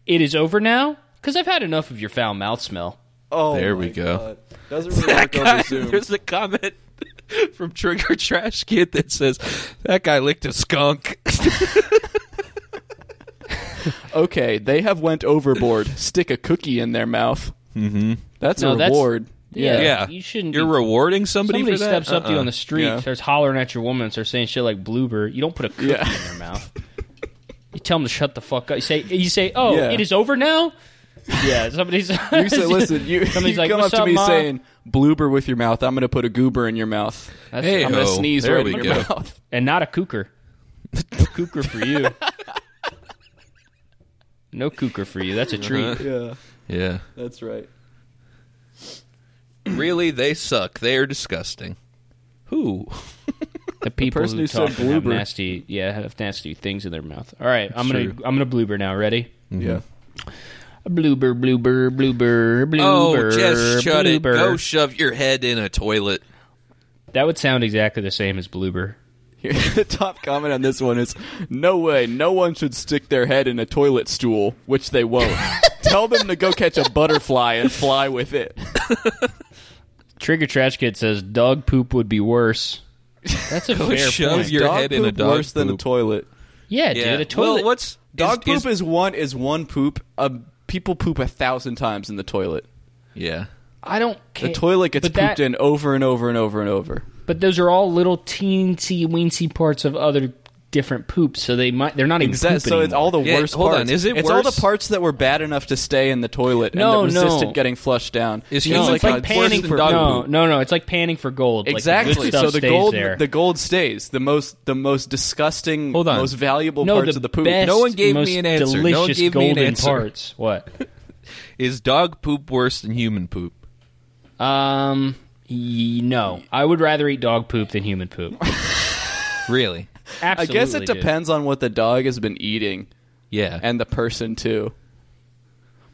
it is over now because I've had enough of your foul mouth smell. Oh, There my we go. God. Doesn't really work over Zoom. There's a comment from Trigger Trash Kid that says that guy licked a skunk. Okay, they have went overboard. Stick a cookie in their mouth. Mm-hmm. That's No, a that's- reward. yeah. yeah, You shouldn't You're be- rewarding somebody, Somebody for that. Uh-uh. steps up to you on the street, Uh-uh. Yeah. starts hollering at your woman, starts saying shit like bloober. You don't put a cookie Yeah. in their mouth. You tell them to shut the fuck up. You say, you say, oh, Yeah. it is over now. Yeah, somebody's. You say, listen, you, Somebody's you like, come up "What's to up, me Ma?" saying bloober with your mouth. I'm going to put a goober in your mouth. That's- Hey, I'm going to ho, sneeze there right we in go. your mouth. and not a cooker. No cooker for you. No cooker for you. That's a treat. Uh-huh. Yeah, Yeah, that's right. really, they suck. They are disgusting. Who? The people person who who said talk and have bloober. nasty, yeah, have nasty things in their mouth. All right, I'm Sure. gonna I'm gonna bloober now. Ready? Mm-hmm. Yeah. Bloober, bloober, bloober, bloober. Oh, just shut it. Oh, bloober. Go shove your head in a toilet. That would sound exactly the same as bloober. Here, the top comment on this one is No way, no one should stick their head in a toilet stool, which they won't. Tell them to go catch a butterfly and fly with it. Trigger Trash Kid says dog poop would be worse. That's a Go fair Oh, shove point. your Dog head in a poop dog worse than a poop. toilet. yeah, Yeah. dude, a toilet. Well, what's Dog is- poop is, one is one poop. Uh, people poop a thousand times in the toilet. yeah. I don't The care. toilet gets but pooped that- in over and over and over and over. But those are all little teensy weensy parts of other different poops, so they might they're not even Exactly. poop So it's anymore. all the Yeah, worst hold on, parts. is it it's all the worse? parts that were bad enough to stay in the toilet No, and that resisted no. getting flushed down. Is It's human no, it's like like panning worse than for dog no, poop. no, no. It's like panning for gold. Like, the good Exactly. stuff so the stays gold, there. the gold stays. The most, the most disgusting, Hold on. most valuable no, parts the of the poop. Best, No one gave me most an answer. No one Delicious gave me an golden answer. parts. What? Is dog poop worse than human poop? Um, y- no. I would rather eat dog poop than human poop. Really? I Absolutely. guess it dude. depends on what the dog has been eating Yeah. and the person too.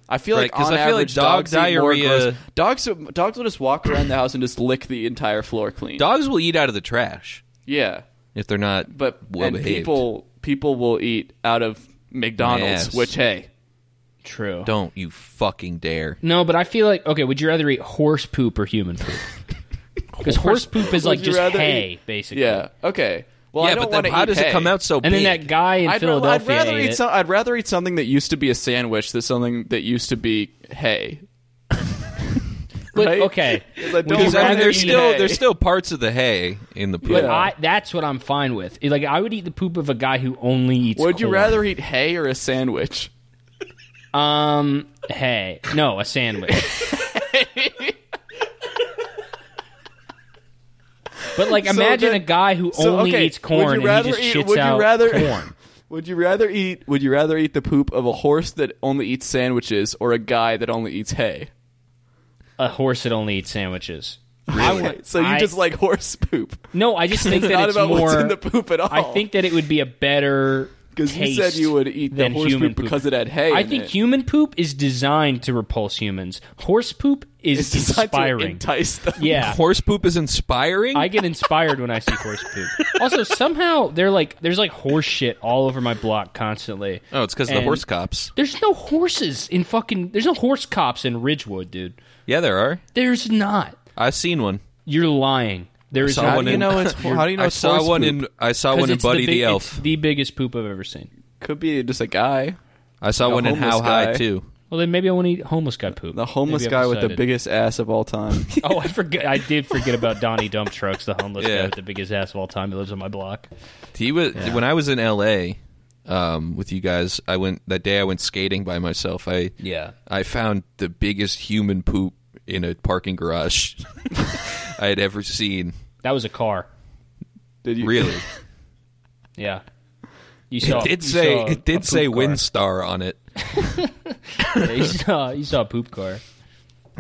I feel Right, like 'cause on I feel like average, dog dogs eat more diarrhea- gross- Dogs, dogs will just walk around the house and just lick the entire floor clean. dogs will eat out of the trash yeah, if they're not but well and behaved. people, people will eat out of McDonald's. Yes. Which hey, True. Don't you fucking dare. No, but I feel like okay. Would you rather eat horse poop or human poop? Because horse poop is like you just rather hay, eat- basically. yeah, okay. Well, I yeah, don't but then wanna how eat does hay. it come out so And big? then that guy in I'd, ra- I'd Philadelphia rather ate eat it. some, I'd rather eat something that used to be a sandwich than something that used to be hay. But, right? okay, 'Cause I don't Because, I mean, rather there's eat still hay. there's still parts of the hay in the poop. but Yeah. I, that's what I'm fine with. Like I would eat the poop of a guy who only eats. Would you corn. rather eat hay or a sandwich? Um, hey, no, a sandwich. but like, imagine then- a guy who so, only okay, eats corn would you and rather he just eat- shits would you out rather- corn. Would you rather eat would you rather eat the poop of a horse that only eats sandwiches or a guy that only eats hay? A horse that only eats sandwiches. Okay, so you I- just like horse poop. No, I just think It's that not it's about more. what's in the poop at all. I think that it would be a better because you said taste you would eat the than horse human poop because it had hay. I in think it. human poop is designed to repulse humans. Horse poop is it's designed to inspiring. entice them. yeah, Horse poop is inspiring. I get inspired when I see horse poop. Also, somehow they're like there's like horse shit all over my block constantly. oh, it's because the And horse cops. There's no horses in fucking. There's no horse cops in Ridgewood, dude. Yeah, there are. There's not. I've seen one. You're lying. There is saw not. one in- it's how do you I saw horse one poop? in I saw 'Cause one in it's the Buddy the, big- it's Elf. the biggest poop I've ever seen. could be just a guy. I saw a one in homeless How High guy. too. Well, then maybe I want to eat homeless guy poop. The homeless Maybe I've guy with the decided. biggest ass of all time. Oh, I forget. I did forget about Donnie Dump Trucks, the homeless Yeah. guy with the biggest ass of all time. He lives on my block. He was when I was in L.A. Um, with you guys. I went that day. I went skating by myself. I Yeah. I found the biggest human poop in a parking garage I had ever seen. That was a car. Did you Really, Yeah. You saw. it did you say saw it a did poop say car. WinStar on it. Yeah, you saw. You saw a poop car.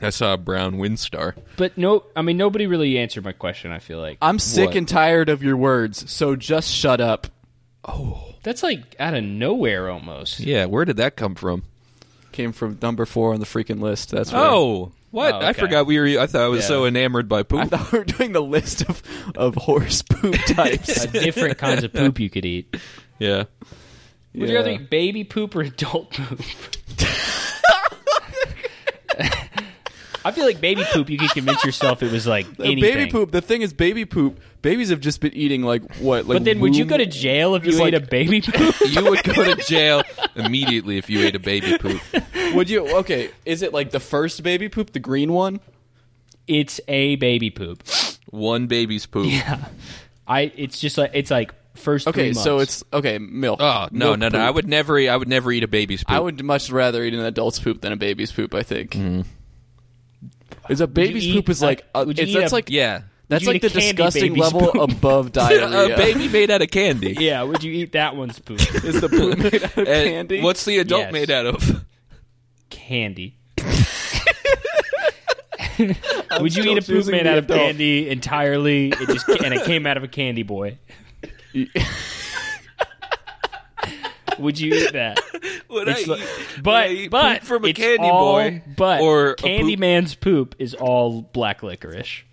I saw a brown WinStar. But no, I mean nobody really answered my question. I feel like I'm sick What? and tired of your words, so just shut up. that's like out of nowhere almost. Yeah, where did that come from? Came from number four on the freaking list. That's where Oh, what? Oh, I okay. forgot we were. I thought I was Yeah. so enamored by I poop. thought we were doing the list of, of horse poop types. Uh, different kinds of poop you could eat. yeah. Would you Yeah. rather eat baby poop or adult poop? I feel like baby poop. You could convince yourself it was like Uh, anything. Baby poop. The thing is, baby poop. Babies have just been eating like what? Like But then, would you womb- go to jail if you Just ate like- a baby poop? You would go to jail immediately if you ate a baby poop. Would you? Okay, is it like the first baby poop, the green one? it's a baby poop. One baby's poop. I. It's just like it's like first. Okay, three so months. it's okay milk. Oh no, Milk no, no! poop. I would never. eat- I would never eat a baby's poop. I would much rather eat an adult's poop than a baby's poop. I think. Mm. Is a baby's eat poop is a- like uh, would you it's, eat that's a- like Yeah. that's you like eat a the candy disgusting baby's level poop? above a diarrhea. baby made out of candy. yeah. Would you eat that one's poop? is the poop made out of And candy? What's the adult Yes. made out of? candy. Would you still eat a poop choosing made the out of adult. candy entirely? It just and it came out of a candy boy. Would you eat that? Would It's I like- eat- But would I eat but poop from a it's candy all- boy, But or a poop- Candyman's poop is all black licorice.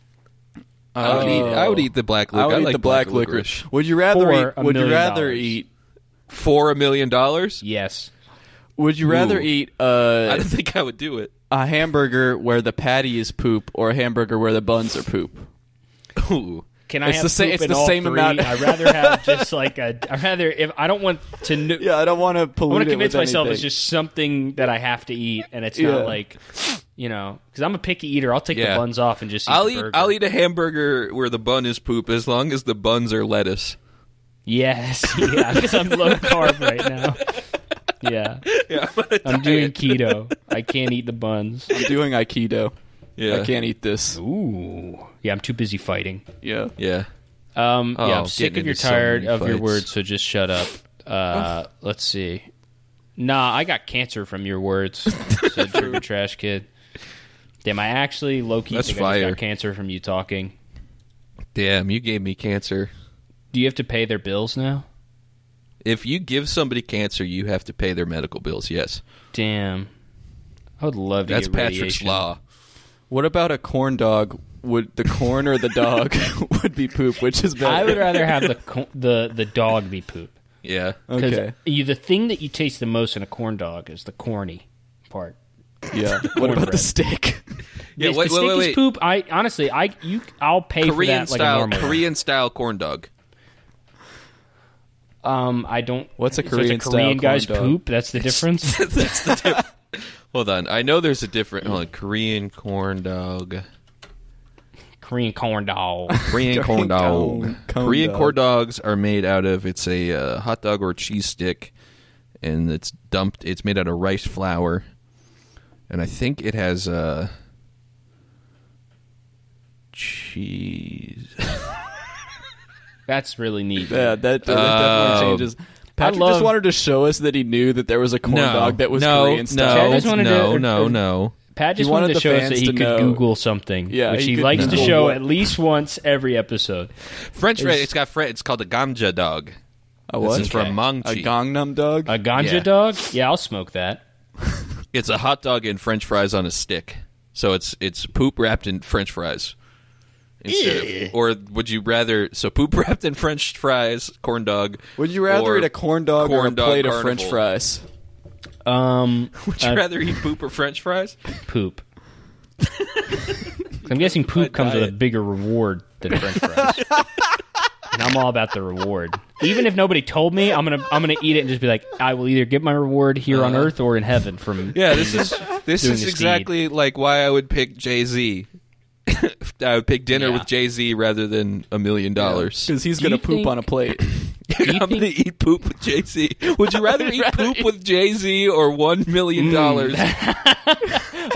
I would eat. Oh. I would eat the black I licorice. would eat like the black, licorice. Would you rather For eat? a Would you million rather dollars. eat? for a million dollars. Yes. Would you rather Ooh. eat I uh, don't think I would do it. a hamburger where the patty is poop or a hamburger where the buns are poop? Ooh. Can I It's have the sa- poop it's in the all same three? amount. I rather have just like a. I rather if I don't want to. Kn- Yeah, I don't want to I pollute. want it to convince with myself anything. it's just something that I have to eat, and it's Yeah. not like, you know, because I'm a picky eater. I'll take Yeah. the buns off and just. Eat I'll the eat. burger. I'll eat a hamburger where the bun is poop as long as the buns are lettuce. Yes, yeah, because I'm low carb right now. Yeah, Yeah, I'm, gonna I'm diet. doing keto. I can't eat the buns. I'm doing aikido. Yeah, I can't eat this. Ooh, yeah, I'm too busy fighting. Yeah. Yeah, Um, Oh, yeah, I'm getting sick of into you're so tired many of your fights. words, so just shut up. Uh, let's see. Nah, I got cancer from your words, said Trigger Trash Kid. Damn, I actually low key That's think I just fire. got cancer from you talking. damn, you gave me cancer. Do you have to pay their bills now? If you give somebody cancer, you have to pay their medical bills. Yes, Damn. I would love to that's get Patrick's radiation. law. What about a corn dog? Would the corn or the dog would be poop? Which is better? I would rather have the co- the the dog be poop Yeah, because Okay. you the thing that you taste the most in a corn dog is the corny part. Yeah. What about the bread. steak? yeah. The- Wait, the wait, wait, stinkiest wait. poop. I honestly, I you, I'll pay for Korean that like a style, normal. one. Korean style corn dog. Um, I don't. What's a so it's Korean a style Korean corn guy's dog? poop? That's the difference. That's the difference. Hold on, I know there's a different. Hold on, Korean corn dog. Korean corn dog. Korean corn dog. corn- corn Korean dog. corn dogs are made out of it's a uh, hot dog or cheese stick, and it's dumped. It's made out of rice flour, and I think it has uh, cheese. That's really neat. Yeah, that, that Um, definitely changes. Patrick love- just wanted to show us that he knew that there was a corn no, dog that was no, Korean no, style. I just wanted no, to- uh, no, no. Pat just He wanted wanted to the show us that fans he to could know. Google something, Yeah, which he he, could likes to Google show what- at least once every episode. French red. There's- It's got French. It's called a ganja dog. A what? This is from a Mongchi. Gangnam dog. A ganja Yeah. dog? Yeah, I'll smoke that. it's a hot dog and French fries on a stick. So it's it's poop wrapped in French fries. Instead of, or would you rather so poop wrapped in French fries, corn dog? would you rather or eat a corn dog or a corn dog plate of carnival? French fries? Um, Would you Uh, rather eat poop or French fries? poop. 'Cause I'm guessing poop comes with a diet. bigger reward than French fries. and I'm all about the reward. Even if nobody told me, I'm gonna I'm gonna eat it and just be like, I will either get my reward here Uh-huh. on earth or in heaven from Yeah, this is this Doing is his exactly like why I would pick Jay Z. I would pick dinner Yeah. with Jay Z rather than a million dollars. because he's Do gonna you poop think- on a plate. I'm gonna eat poop with Jay Z. Would you rather eat poop with Jay Z or one million dollars? Mm.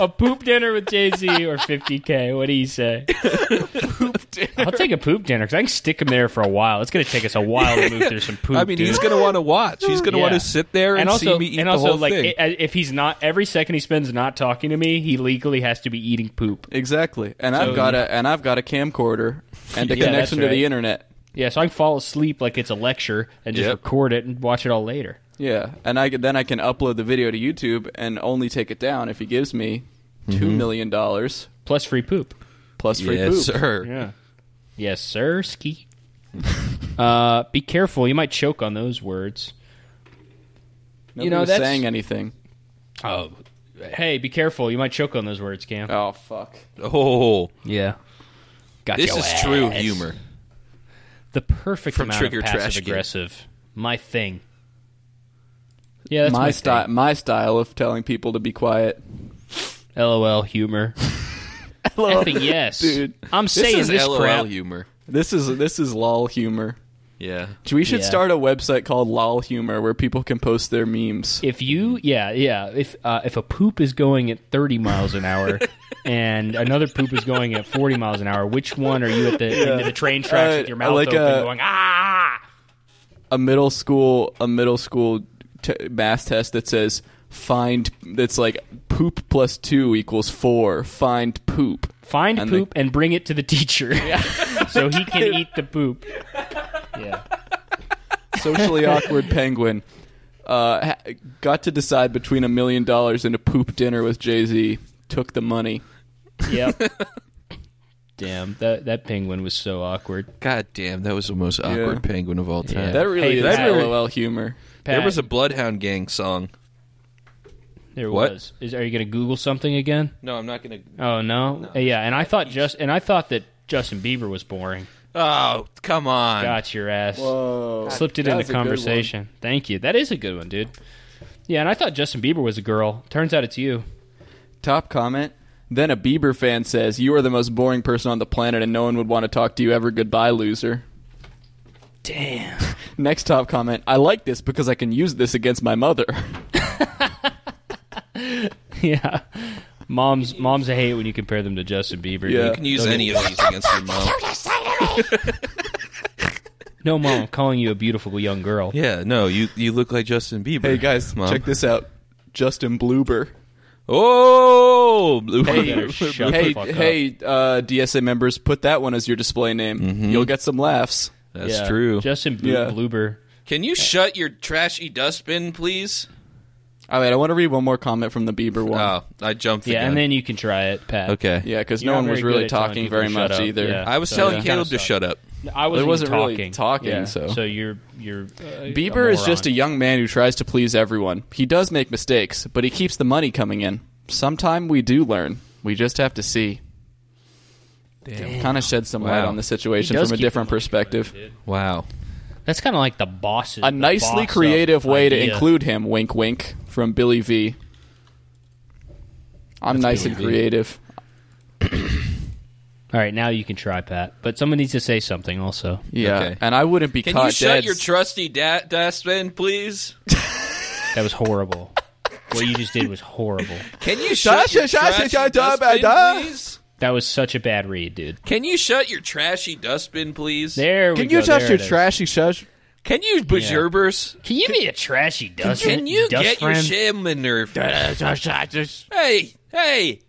a poop dinner with Jay Z or 50k. What do you say? I'll take a poop dinner because I can stick him there for a while. It's gonna take us a while to move through some poop. I mean, he's dude. gonna want to watch. He's gonna want Yeah. to sit there and, see also, me eat and the also, whole like, thing. i- if he's not every second he spends not talking to me, he legally has to be eating poop. Exactly, and I've So- got a and I've got a camcorder and a Yeah, connection that's to the right. internet. Yeah, so I can fall asleep like it's a lecture and just Yep. record it and watch it all later. Yeah, and I can- then I can upload the video to YouTube and only take it down if he gives me two million dollars Plus free poop. plus free Mm-hmm. yes, poop. sir. Yeah. Yes, sir. Ski. uh, be careful. You might choke on those words. Nobody You know, was that's- saying anything. Oh, hey, be careful. You might choke on those words, Cam. Oh fuck! Oh, Yeah. Got this your is true ass. humor. The perfect From amount Trigger of Trash Game. passive aggressive. My thing. Yeah, that's my, my thing. style, my style of telling people to be quiet. LOL humor. Effing yes, Dude, I'm This saying is this LOL crap. humor. This is this is lol humor. Yeah. We should Yeah. start a website called lol humor where people can post their memes. If you, yeah, yeah. If uh, if a poop is going at 30 miles an hour and another poop is going at 40 miles an hour, which one are you at the end of the train tracks Uh, with your mouth like, open, uh, going ah? a middle school a middle school t- math test that says find that's like poop plus two equals four find poop Find and the- poop and bring it to the teacher, so he can eat the poop. Yeah. socially awkward penguin uh, ha- got to decide between a million dollars and a poop dinner with jay-z took the money Yep. Damn, that that penguin was so awkward. God damn, that was the most awkward penguin of all time. that really Hey, is that really- lol humor there Pat, was a Bloodhound Gang song. there what? was. Is are you going to Google something again? No, I'm not gonna. Oh no. yeah, and I thought just and I thought that Justin Bieber was boring. Oh, come on. Got your ass. oh Slipped it That in the was a good one. conversation. Thank you. That is a good one, dude. Yeah, and I thought Justin Bieber was a girl. Turns out it's you. top comment then a bieber fan says you are the most boring person on the planet and no one would want to talk to you ever goodbye loser Damn. next top comment i like this because i can use this against my mother yeah. Moms moms hate when you compare them to Justin Bieber. Yeah. You dude. can use any of these against your mom. No mom, I'm calling you a beautiful young girl. Yeah, no, you you look like Justin Bieber. Hey guys, Mom. check this out. Justin Bloober. Oh, blue. better shut hey, the fuck hey, uh, DSA members, put that one as your display name. Mm-hmm. You'll get some laughs. that's Yeah. true. Justin Bo- Yeah. Bieber. can you shut your trashy dustbin, please? All right, I want to read one more comment from the Bieber one. Oh, I jumped the Yeah, gun. and then you can try it, Pat. okay. Yeah, because You're no not one was very good really at telling talking people very to much shut up. either. Yeah. I was So telling that kinda Caleb to sucks. shut up. I wasn't, There wasn't even really talking. talking, Yeah, so. so you're you're uh, Bieber is moron. just a young man who tries to please everyone. He does make mistakes, but he keeps the money coming in. Sometime we do learn. We just have to see. Damn. Kind of shed some light Wow. on the He situation does from a keep the different money coming in, perspective. dude. Wow. That's kind of like the bosses. a nicely creative way to include him. Wink, wink. From Billy V. I'm nice and creative. All right, now you can try Pat, but someone needs to say something also. Yeah, Okay. and I wouldn't be Can caught you shut dead. your trusty da- dustbin, please? That was horrible. what you just did was horrible. Can you shut your shut- trashy shut- dustbin, shut- please? That was such a bad read, dude. Can you shut your trashy dustbin, please? There we Can go. you touch there your it is. trashy shush? Can you bejerbers? Can you be a trashy dust? Can you dust get friend? your shimmer? hey, hey,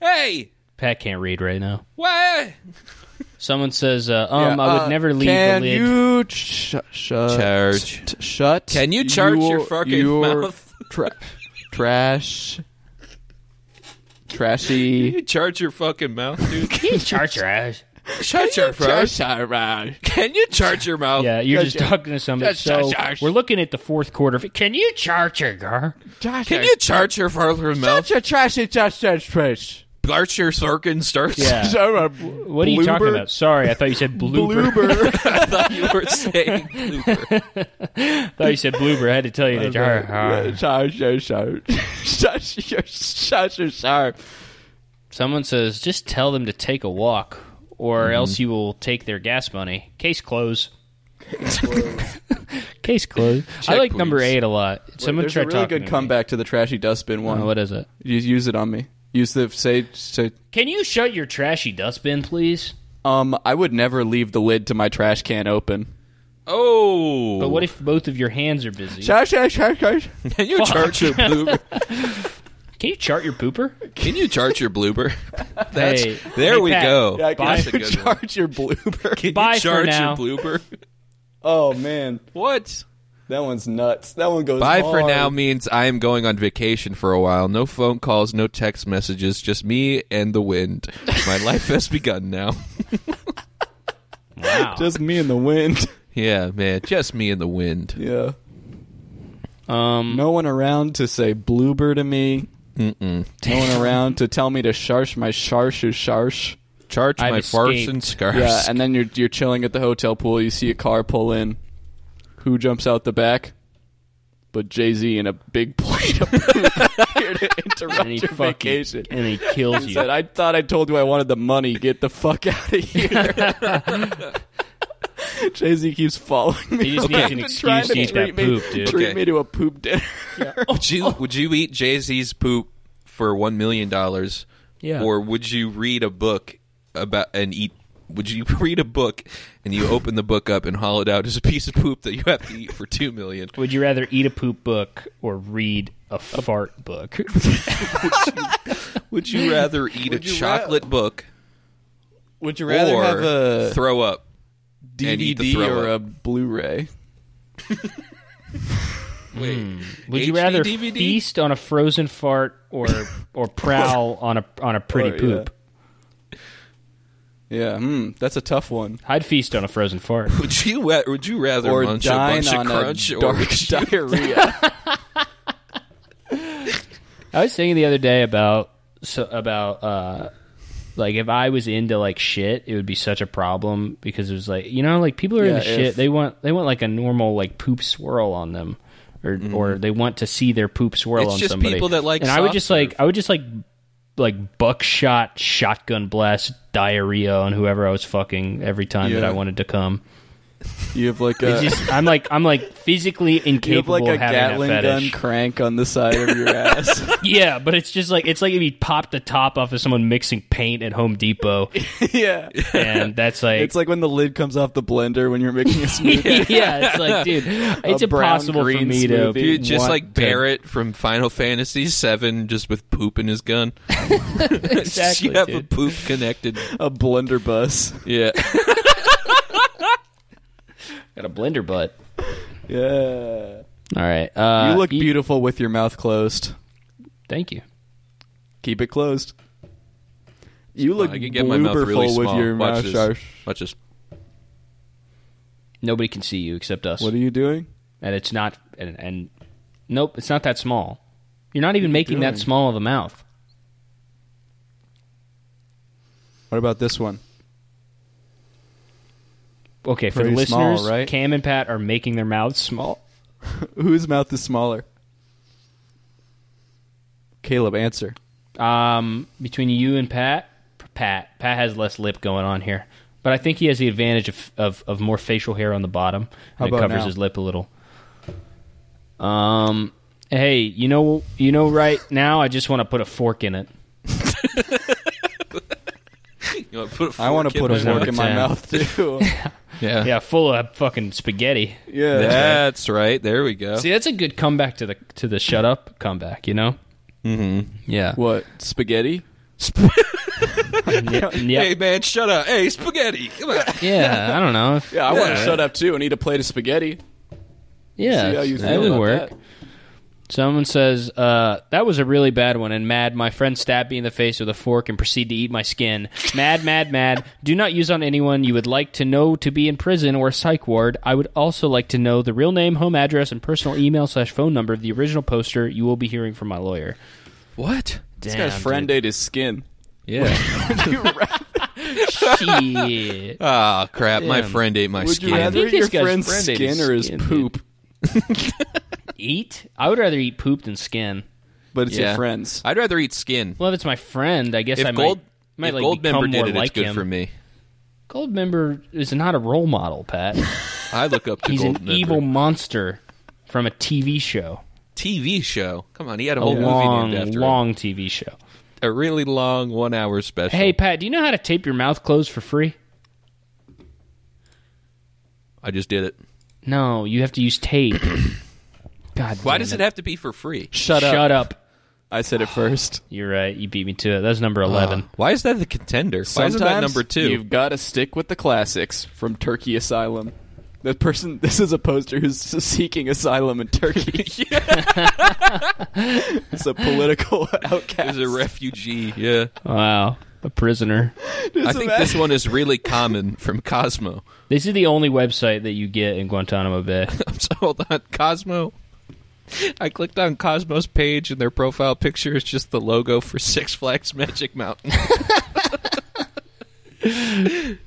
hey! Pat can't read right now. Why? Someone says, uh, "Um, I would never leave can the lid." you sh- shut? Charge. t- shut. Can you charge your fucking your mouth? tra- trash. Trashy. You charge your fucking mouth, dude. Can you charge your ass? Shut your mouth. Trash. Can you charge your mouth? Yeah, you're just talking to somebody. So Josh. we're looking at the fourth quarter. Can you charge your gar? Can you charge your fucking mouth? your trashy trash trash trash? Archer Sorkin starts. Yeah. What are you talking about? Sorry, I thought you said blooper. I thought you were saying blooper. I thought you said blooper. I had to tell you that. Bloober. Sharp, sharp, sharp. Sharp, sharp, sharp, sharp, sharp. Someone says, just tell them to take a walk, or else you will take their gas money. Case closed. Case closed. I like please. number eight a lot. Someone There's tried a really talking good to comeback to the trashy dustbin Me. one. Oh, what is it? You use it on me. Use the say say. Can you shut your trashy dustbin, please? Um, I would never leave the lid to my trash can open. Oh, But what if both of your hands are busy? Sharp, sharp, sharp, sharp. can you charge your blooper? Can you chart your pooper? Can you charge your blooper? That's Hey. there Hey, we Pat. go. Bye. Yeah, can That's a you good one. charge your blooper. Can Bye you for charge now. your blooper? Oh man, What? that one's nuts. That one goes. Bye for hard. now means I am going on vacation for a while. No phone calls, no text messages, just me and the wind. My life has begun now. Wow. Just me and the wind. Yeah, man, just me and the wind. yeah. um, No one around to say bloober to me. Mm-mm. No one around to tell me to sharsh my sharsh is sharsh. Charge I've my farts escaped. and scarves. Yeah, and then you're you're chilling at the hotel pool. You see a car pull in. Who jumps out the back? But Jay Z in a big plate of poop here to interrupt and he your fucking- vacation. and he kills you. Said, I thought I told you I wanted the money. Get the fuck out of here. Jay Z keeps following me. He just around needs an and trying excuse to eat that treat me- poop, dude. Treat Okay. me to a poop dinner. would you would you eat Jay Z's poop for one million dollars? Yeah. Or would you read a book about and eat? Would you read a book and you open the book up and hollowed out as a piece of poop that you have to eat for two million? Would you rather eat a poop book or read a fart book? Would you rather eat a you chocolate book Would you or throw up? and eat the DVD throw or a up. Blu-ray? Wait, Would you rather HD? feast on a frozen fart or or prowl on a on a pretty Or, Oh, yeah. poop? Yeah, hmm, that's a tough one. I'd feast on a frozen fart. Would you wa- would you rather or munch a dine bunch of on crunch a or dark diarrhea. I was thinking the other day about so about uh like if I was into like shit, it would be such a problem because it was like you know like people are Yeah, into shit. if- They want they want like a normal like poop swirl on them, or Mm-hmm. or they want to see their poop swirl It's on just somebody. people that like and I would soft just like serve. I would just like like buckshot, shotgun blast, diarrhea on whoever I was fucking every time that Yeah. I wanted to come. you have like a Just, I'm like I'm like physically you have incapable like a of having Gatling that gun fetish. crank on the side of your ass. Yeah, but it's just like it's like if you pop the top off of someone mixing paint at Home Depot, yeah, and that's like, it's like when the lid comes off the blender when you're making a smoothie. yeah, it's like, dude, it's A brown impossible for green me to. smoothie. be Dude, just want like to- Barrett from Final Fantasy VII, just with poop in his gun. exactly, you have a dude. poop connected. a blender bus. Yeah. Got a blender butt. Yeah, All right, uh, you look e- beautiful with your mouth closed. Thank you. Keep it closed. You look I can get my mouth really blooperful small. with your Watch mouth. this. sharp. Watch this. Nobody can see you except us, What are you doing? and it's not. And, and nope, it's not that small. You're not even making that small of a mouth. What about this one? Okay, for the Pretty small, listeners, right? Cam and Pat are making their mouths small. Whose mouth is smaller? Caleb, answer. Um, between you and Pat, Pat, Pat has less lip going on here, but I think he has the advantage of of, of more facial hair on the bottom, and How it about covers now? his lip a little. Um, hey, you know, you know, right now I just want to put a fork in it. You wanna put a I want to fork put a my fork in my Ten. mouth too. Yeah. Yeah, full of fucking spaghetti. yeah. That's right. There we go. See, that's a good comeback to the to the shut up comeback. You know. Mm-hmm. Yeah. What spaghetti? Yep. Yep. Hey man, shut up. Hey, spaghetti. Come on. Yeah. I don't know. If, Yeah, I want to shut up too and eat a plate of spaghetti. Yeah, See how you that feel would about work. that. Someone says, uh, that was a really bad one, and mad, my friend stabbed me in the face with a fork and proceeded to eat my skin. Mad, mad, mad. Do not use on anyone you would like to know to be in prison or psych ward. I would also like to know the real name, home address, and personal email slash phone number of the original poster. You will be hearing from my lawyer. What? This guy's Damn, friend dude. ate his skin. Yeah. Shit. Ah, crap. My Damn. friend ate my Would you skin. rather think your this guy's friend's friend ate skin his or his skin, dude. poop? eat? I would rather eat poop than skin. But it's Yeah. your friends. I'd rather eat skin. Well, if it's my friend, I guess If I might. Gold, might if like Goldmember become more did it, like it's good him. for me. Goldmember is not a role model, Pat. I look up to He's an Goldmember. evil monster from a TV show, TV show. Come on, he had a a whole long, movie named after him. long TV show. a really long one-hour special. Hey, Pat, do you know how to tape your mouth closed for free? I just did it. No, you have to use tape. God, Why damn does it have to be for free? Shut up. Shut up. I said it first. You're right. You beat me to it. That was number eleven. Why is that the contender? Why Sometimes isn't that number two? You've got to stick with the classics from Turkey Asylum. The person, this is a poster who's seeking asylum in Turkey. it's a political outcast. He's a refugee. Yeah, wow, a prisoner. I think this one is really common from Cosmo. This is the only website that you get in Guantanamo Bay. I'm so hold on, Cosmo. I clicked on Cosmo's page, and their profile picture is just the logo for Six Flags Magic Mountain. that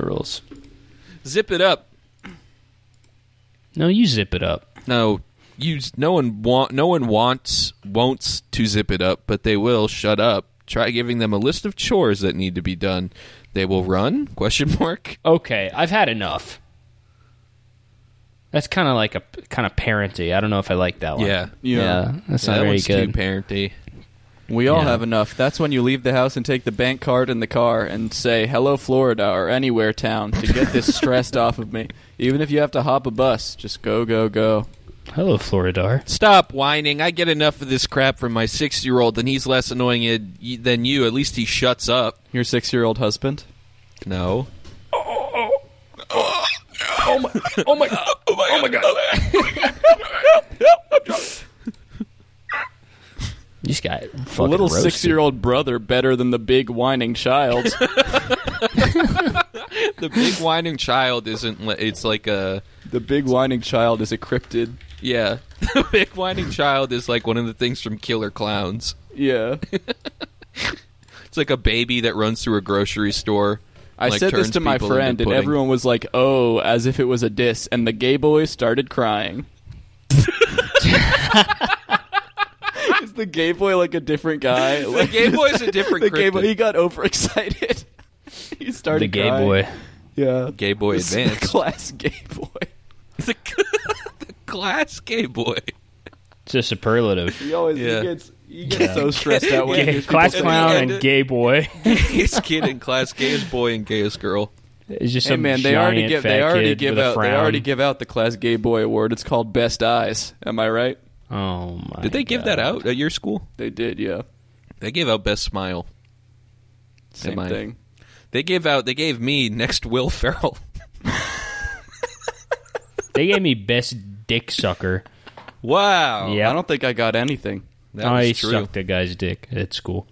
rules. Zip it up. No, you zip it up. No, you. No one want. No one wants wants to zip it up, but they will. Shut up. Try giving them a list of chores that need to be done. They will run? Question mark. Okay, I've had enough. That's kind of like a kind of parenty. I don't know if I like that one. Yeah. Yeah. that's Yeah, not that very one's good. too parenty. We all Yeah. have enough. That's when you leave the house and take the bank card in the car and say hello Florida or anywhere town to get this stressed off of me. Even if you have to hop a bus, just go go go. Hello, Floridar. Stop whining. I get enough of this crap from my six-year-old, and he's less annoying i- than you. At least he shuts up. Your 6-year-old husband? No. Oh my! Oh my! You just got A fucking little roasted. 6-year-old brother better than the big whining child. The big whining child isn't. li- It's like a. the big whining child is a cryptid. Yeah. The big whining child is like one of the things from Killer Clowns. Yeah. It's like a baby that runs through a grocery store. I like, said this turns to my people into friend, and pudding. everyone was like, "Oh," as if it was a diss, and the gay boy started crying. Is the gay boy like a different guy? The Like, Gay Boy's a different the gay gay boy, he boy. got overexcited. he started The gay crying. boy. Yeah, Gay boy This is the advanced. class gay boy. The, the class gay boy. It's a superlative. He always Yeah. he gets he gets so stressed out when he Gay, hears class people say, clown and and gay boy. Gayest kid in class, gayest boy and gayest girl. It's just Hey some man, they giant already give fat they already kid give with a out they frown. already give out the class gay boy award. It's called Best Eyes. Am I right? Oh my! Did they give that God. out at your school? They did, yeah. They gave out best smile. Same mine. thing. They gave out. They gave me next Will Ferrell. They gave me best dick sucker. Wow. yeah, Oh, I don't think I got anything. That I was true. sucked a guy's dick at school.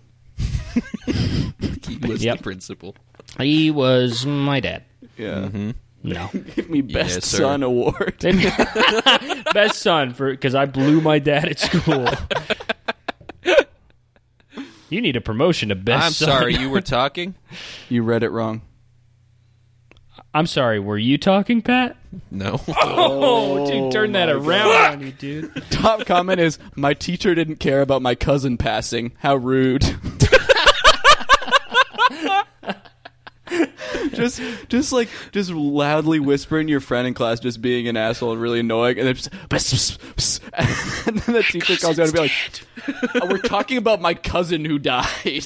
He was Yep. the principal. He was my dad. Yeah. No, Give me best Yes, sir. son award. best son for because I blew my dad at school. you need a promotion to best. I'm son. sorry, you were talking? You read it wrong. I'm sorry. Were you talking, Pat? No. Oh, dude, turn that around on you, dude. Top comment is my teacher didn't care about my cousin passing. How rude. just just like just loudly whispering to your friend in class just being an asshole and really annoying and then just "Pss, pss, pss," and then the teacher comes out and be like "Oh, we're talking about my cousin who died.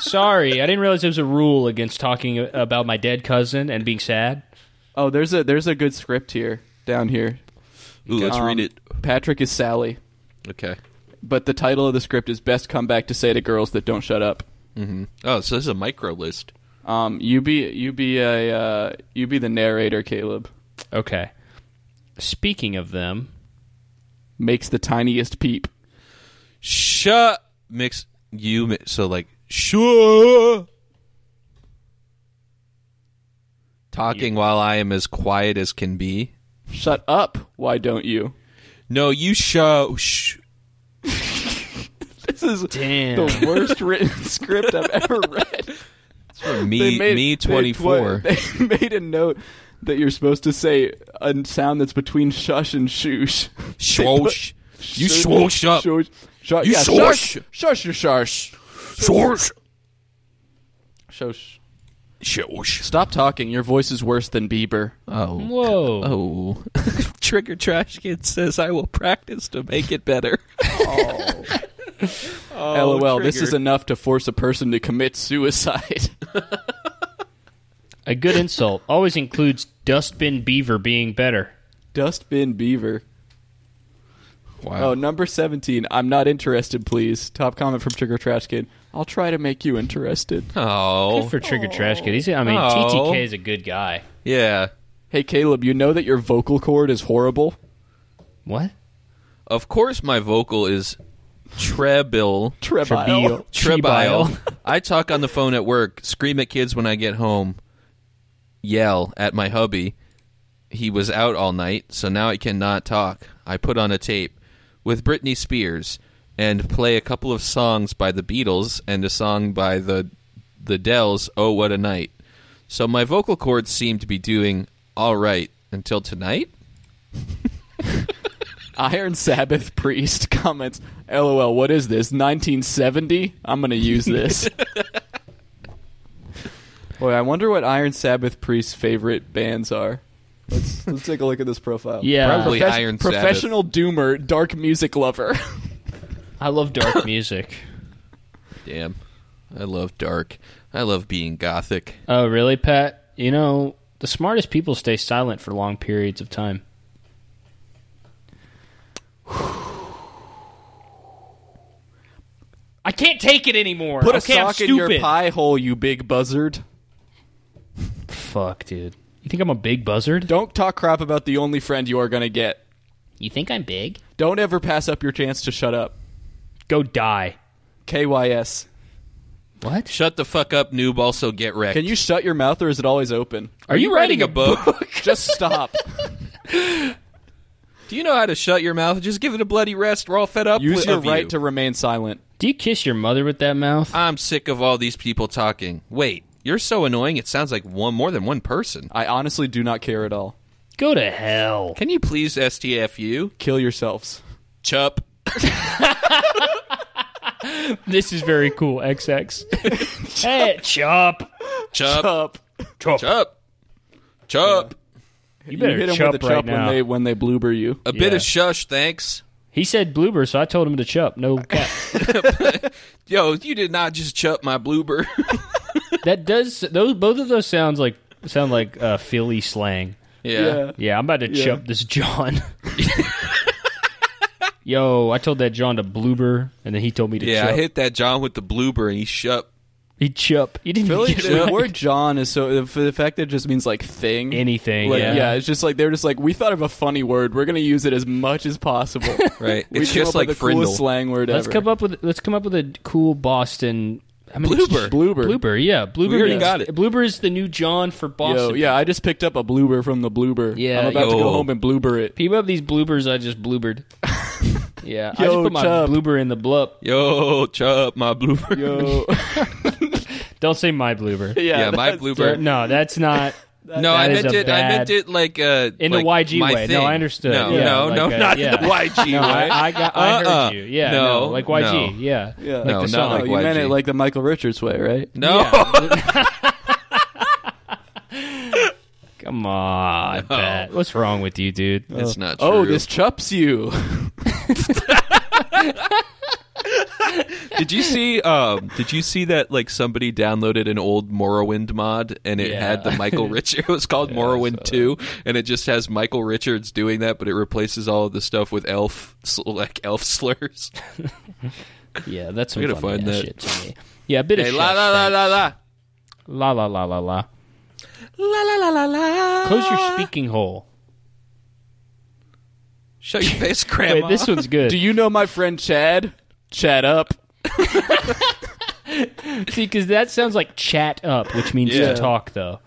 Sorry, I didn't realize there was a rule against talking about my dead cousin and being sad. oh, there's a there's a good script here down here. Ooh, let's Um, read it. Patrick is Sally. Okay. but the title of the script is "Best Comeback to Say to Girls That Don't Shut Up." Oh, so this is a micro list. Um, you be you be a uh, you be the narrator, Caleb. Okay. Speaking of them, Makes the tiniest peep. Shut mix you mi- so like sure talking while I am as quiet as can be. Shut up! Why don't you? No, you show. Sh- This is Damn. the worst written script I've ever read. me, me, they- twenty four. They, made a note that you're supposed to say a sound that's between shush and shoosh. Swoosh. You Shush- swoosh up. Shush, shush, You yeah, shush. Shush, shush, shush. Swoosh. Shush. Swoosh. Stop talking. Your voice is worse than Bieber. Oh. Whoa. Oh. Trigger Trash Kid says, I will practice to make it better. LOL. This triggered. is enough to force a person to commit suicide. A good insult always includes Dustbin Beaver being better. Dustbin Beaver. Wow. Oh, number 17. I'm not interested, please. Top comment from Trigger Trash Kid. I'll try to make you interested. Oh. Good for Trigger Trash Kid. He's, I mean, Aw. TTK is a good guy. Yeah. Hey, Caleb, you know that your vocal cord is horrible? What? Of course, my vocal is treble. Trebile. Trebile. I talk on the phone at work, scream at kids when I get home, yell at my hubby. He was out all night, so now I cannot talk. I put on a tape with Britney Spears and play a couple of songs by the Beatles and a song by the the Dells, Oh What a Night. So my vocal cords seem to be doing all right until tonight. Iron Sabbath Priest comments, LOL, what is this? 1970? I'm going to use this. Boy, I wonder what Iron Sabbath Priest's favorite bands are. Let's, let's take a look at this profile. Yeah. Probably Profes- Iron Sabbath. professional doomer, dark music lover. I love dark music. Damn. I love dark. I love being gothic. Oh, really, Pat? You know, the smartest people stay silent for long periods of time. I can't take it anymore. Put a okay, I'm sock in stupid. your pie hole, you big buzzard. Fuck, dude. You think I'm a big buzzard? Don't talk crap about the only friend you are going to get. you think I'm big? Don't ever pass up your chance to shut up. Go die. KYS. What? Shut the fuck up, noob. Also get wrecked. Can you shut your mouth or is it always open? Are you writing a book? Just stop. Do you know how to shut your mouth? Just give it a bloody rest. We're all fed up. Use with- your of right you. to remain silent. Do you kiss your mother with that mouth? I'm sick of all these people talking. Wait, you're so annoying. It sounds like one more than one person. I honestly do not care at all. Go to hell. Can you please STFU? Kill yourselves. Chup. This is very cool, XX. hey, chop. Chup. Up. Chup. Chup. You You better hit them chup with a right chup now. when they when they bloober you. A bit Yeah. of shush, thanks. He said bloober, so I told him to chup. No cap. Yo, you did not just chup my bloober. that does those both of those sounds like sound like uh, Philly slang. yeah. Yeah, I'm about to chup this John. Yo, I told that John to bloober, and then he told me to Yeah, chup. I hit that John with the bloober and he shup. he chup. You didn't Really, really the chup. word John is so for the fact that it just means like thing. anything. Like, yeah. it's just like they're just like we thought of a funny word. We're gonna use it as much as possible. Right. We it's came just up like with the coolest Frindle. slang word Let's ever. come up with let's come up with a cool Boston. I mean, Bloober. Bloober. Bloober. Yeah. Bloober. We already is- got it. Bloober is the new John for Boston. Yo, yeah, I just picked up a bloober from the bloober. Yeah, I'm about to yo. go home and bloober it. People have these bloopers I just bloobered. Yeah, I just Yo, put my Chubb. bloober in the blup. Yo, chup my bloober. Yo, Don't say my bloober. yeah, my that's- bloober. No, that's not. No, That I is meant a it. I meant bad- it like uh, In the like YG my way. No, thing. I understood. No, Yeah, no, like no, a- not yeah. in the YG No, way. I, I got. I Uh-uh. heard you. Yeah, No, no, like YG. no. Yeah, Yeah. Like No, the not No, song. like you meant YG. it like the Michael Richards way, right? no, Come on, Pat. What's wrong with you, dude? it's not true. Oh, this chups you. did you see? Um, did you see that? Like somebody downloaded an old Morrowind mod, and it Yeah. had the Michael Richards. It was called Morrowind Two, and it just has Michael Richards doing that, but it replaces all of the stuff with elf, sl- like elf slurs. Yeah, that's some gotta fun find ass that. shit to me. Yeah, a bit Hey, of la shit, la la thanks. la la. la la la la la. La la la la la. Close your speaking hole. Shut your face, Grandma. Wait, this one's good. Do you know my friend Chad? Chad up. See, because that sounds like chat up, which means to Yeah. talk, though.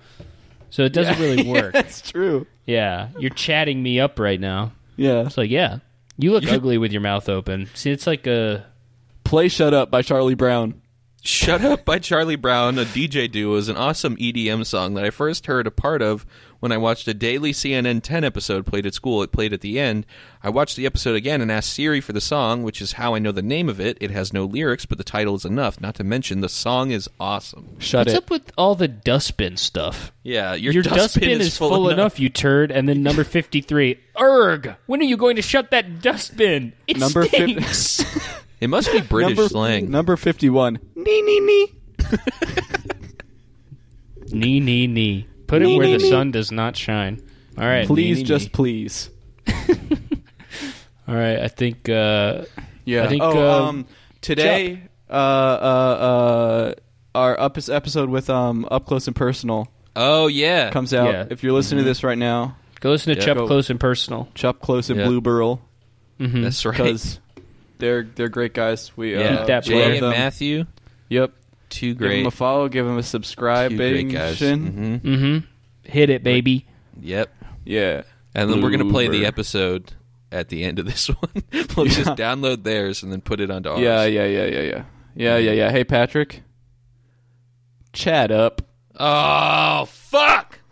So it doesn't really work. That's true. Yeah, you're chatting me up right now. Yeah. It's like, yeah, you look ugly with your mouth open. See, it's like a Play Shut Up by Charlie Brown. Shut Up by Charlie Brown, a DJ duo, is an awesome EDM song that I first heard a part of when I watched a daily CNN 10 episode played at school. It played at the end. I watched the episode again and asked Siri for the song, which is how I know the name of it. It has no lyrics, but the title is enough, not to mention the song is awesome. Shut What's it. up with all the dustbin stuff? Yeah, your, Your dustbin, is, full, enough. you turd. And then number 53, erg, when are you going to shut that dustbin? It Number fif- stinks. It must be British number, slang. Mm-hmm. Number 51. Nee, nee, nee. knee, knee, knee. Put it Knee, where knee, the knee. sun does not shine. All right. Please, knee, knee, just knee. please. All right, I think... Uh, Yeah. I think, oh, uh, um, today, uh, uh, uh, our up- episode with um, Up Close and Personal oh, yeah. Mm-hmm. comes out. Yeah. If you're listening to this right now, Go listen to Chup go. Close and Personal. Chup Close and Yeah. Blue Burl, That's right. because they're they're great guys. We Yeah. uh, Keep that we love Jay and them. Matthew, Yep. two Give great, them a follow. Give them a subscribe. two great guys. shin. hmm Mm-hmm. Hit it, baby. Yep. Yeah. And then we're going to play the Blooper. episode at the end of this one. we'll just download theirs and then put it onto ours. Yeah, yeah, yeah, yeah, yeah, yeah, yeah, yeah. Hey, Patrick, chat up. Oh, fuck!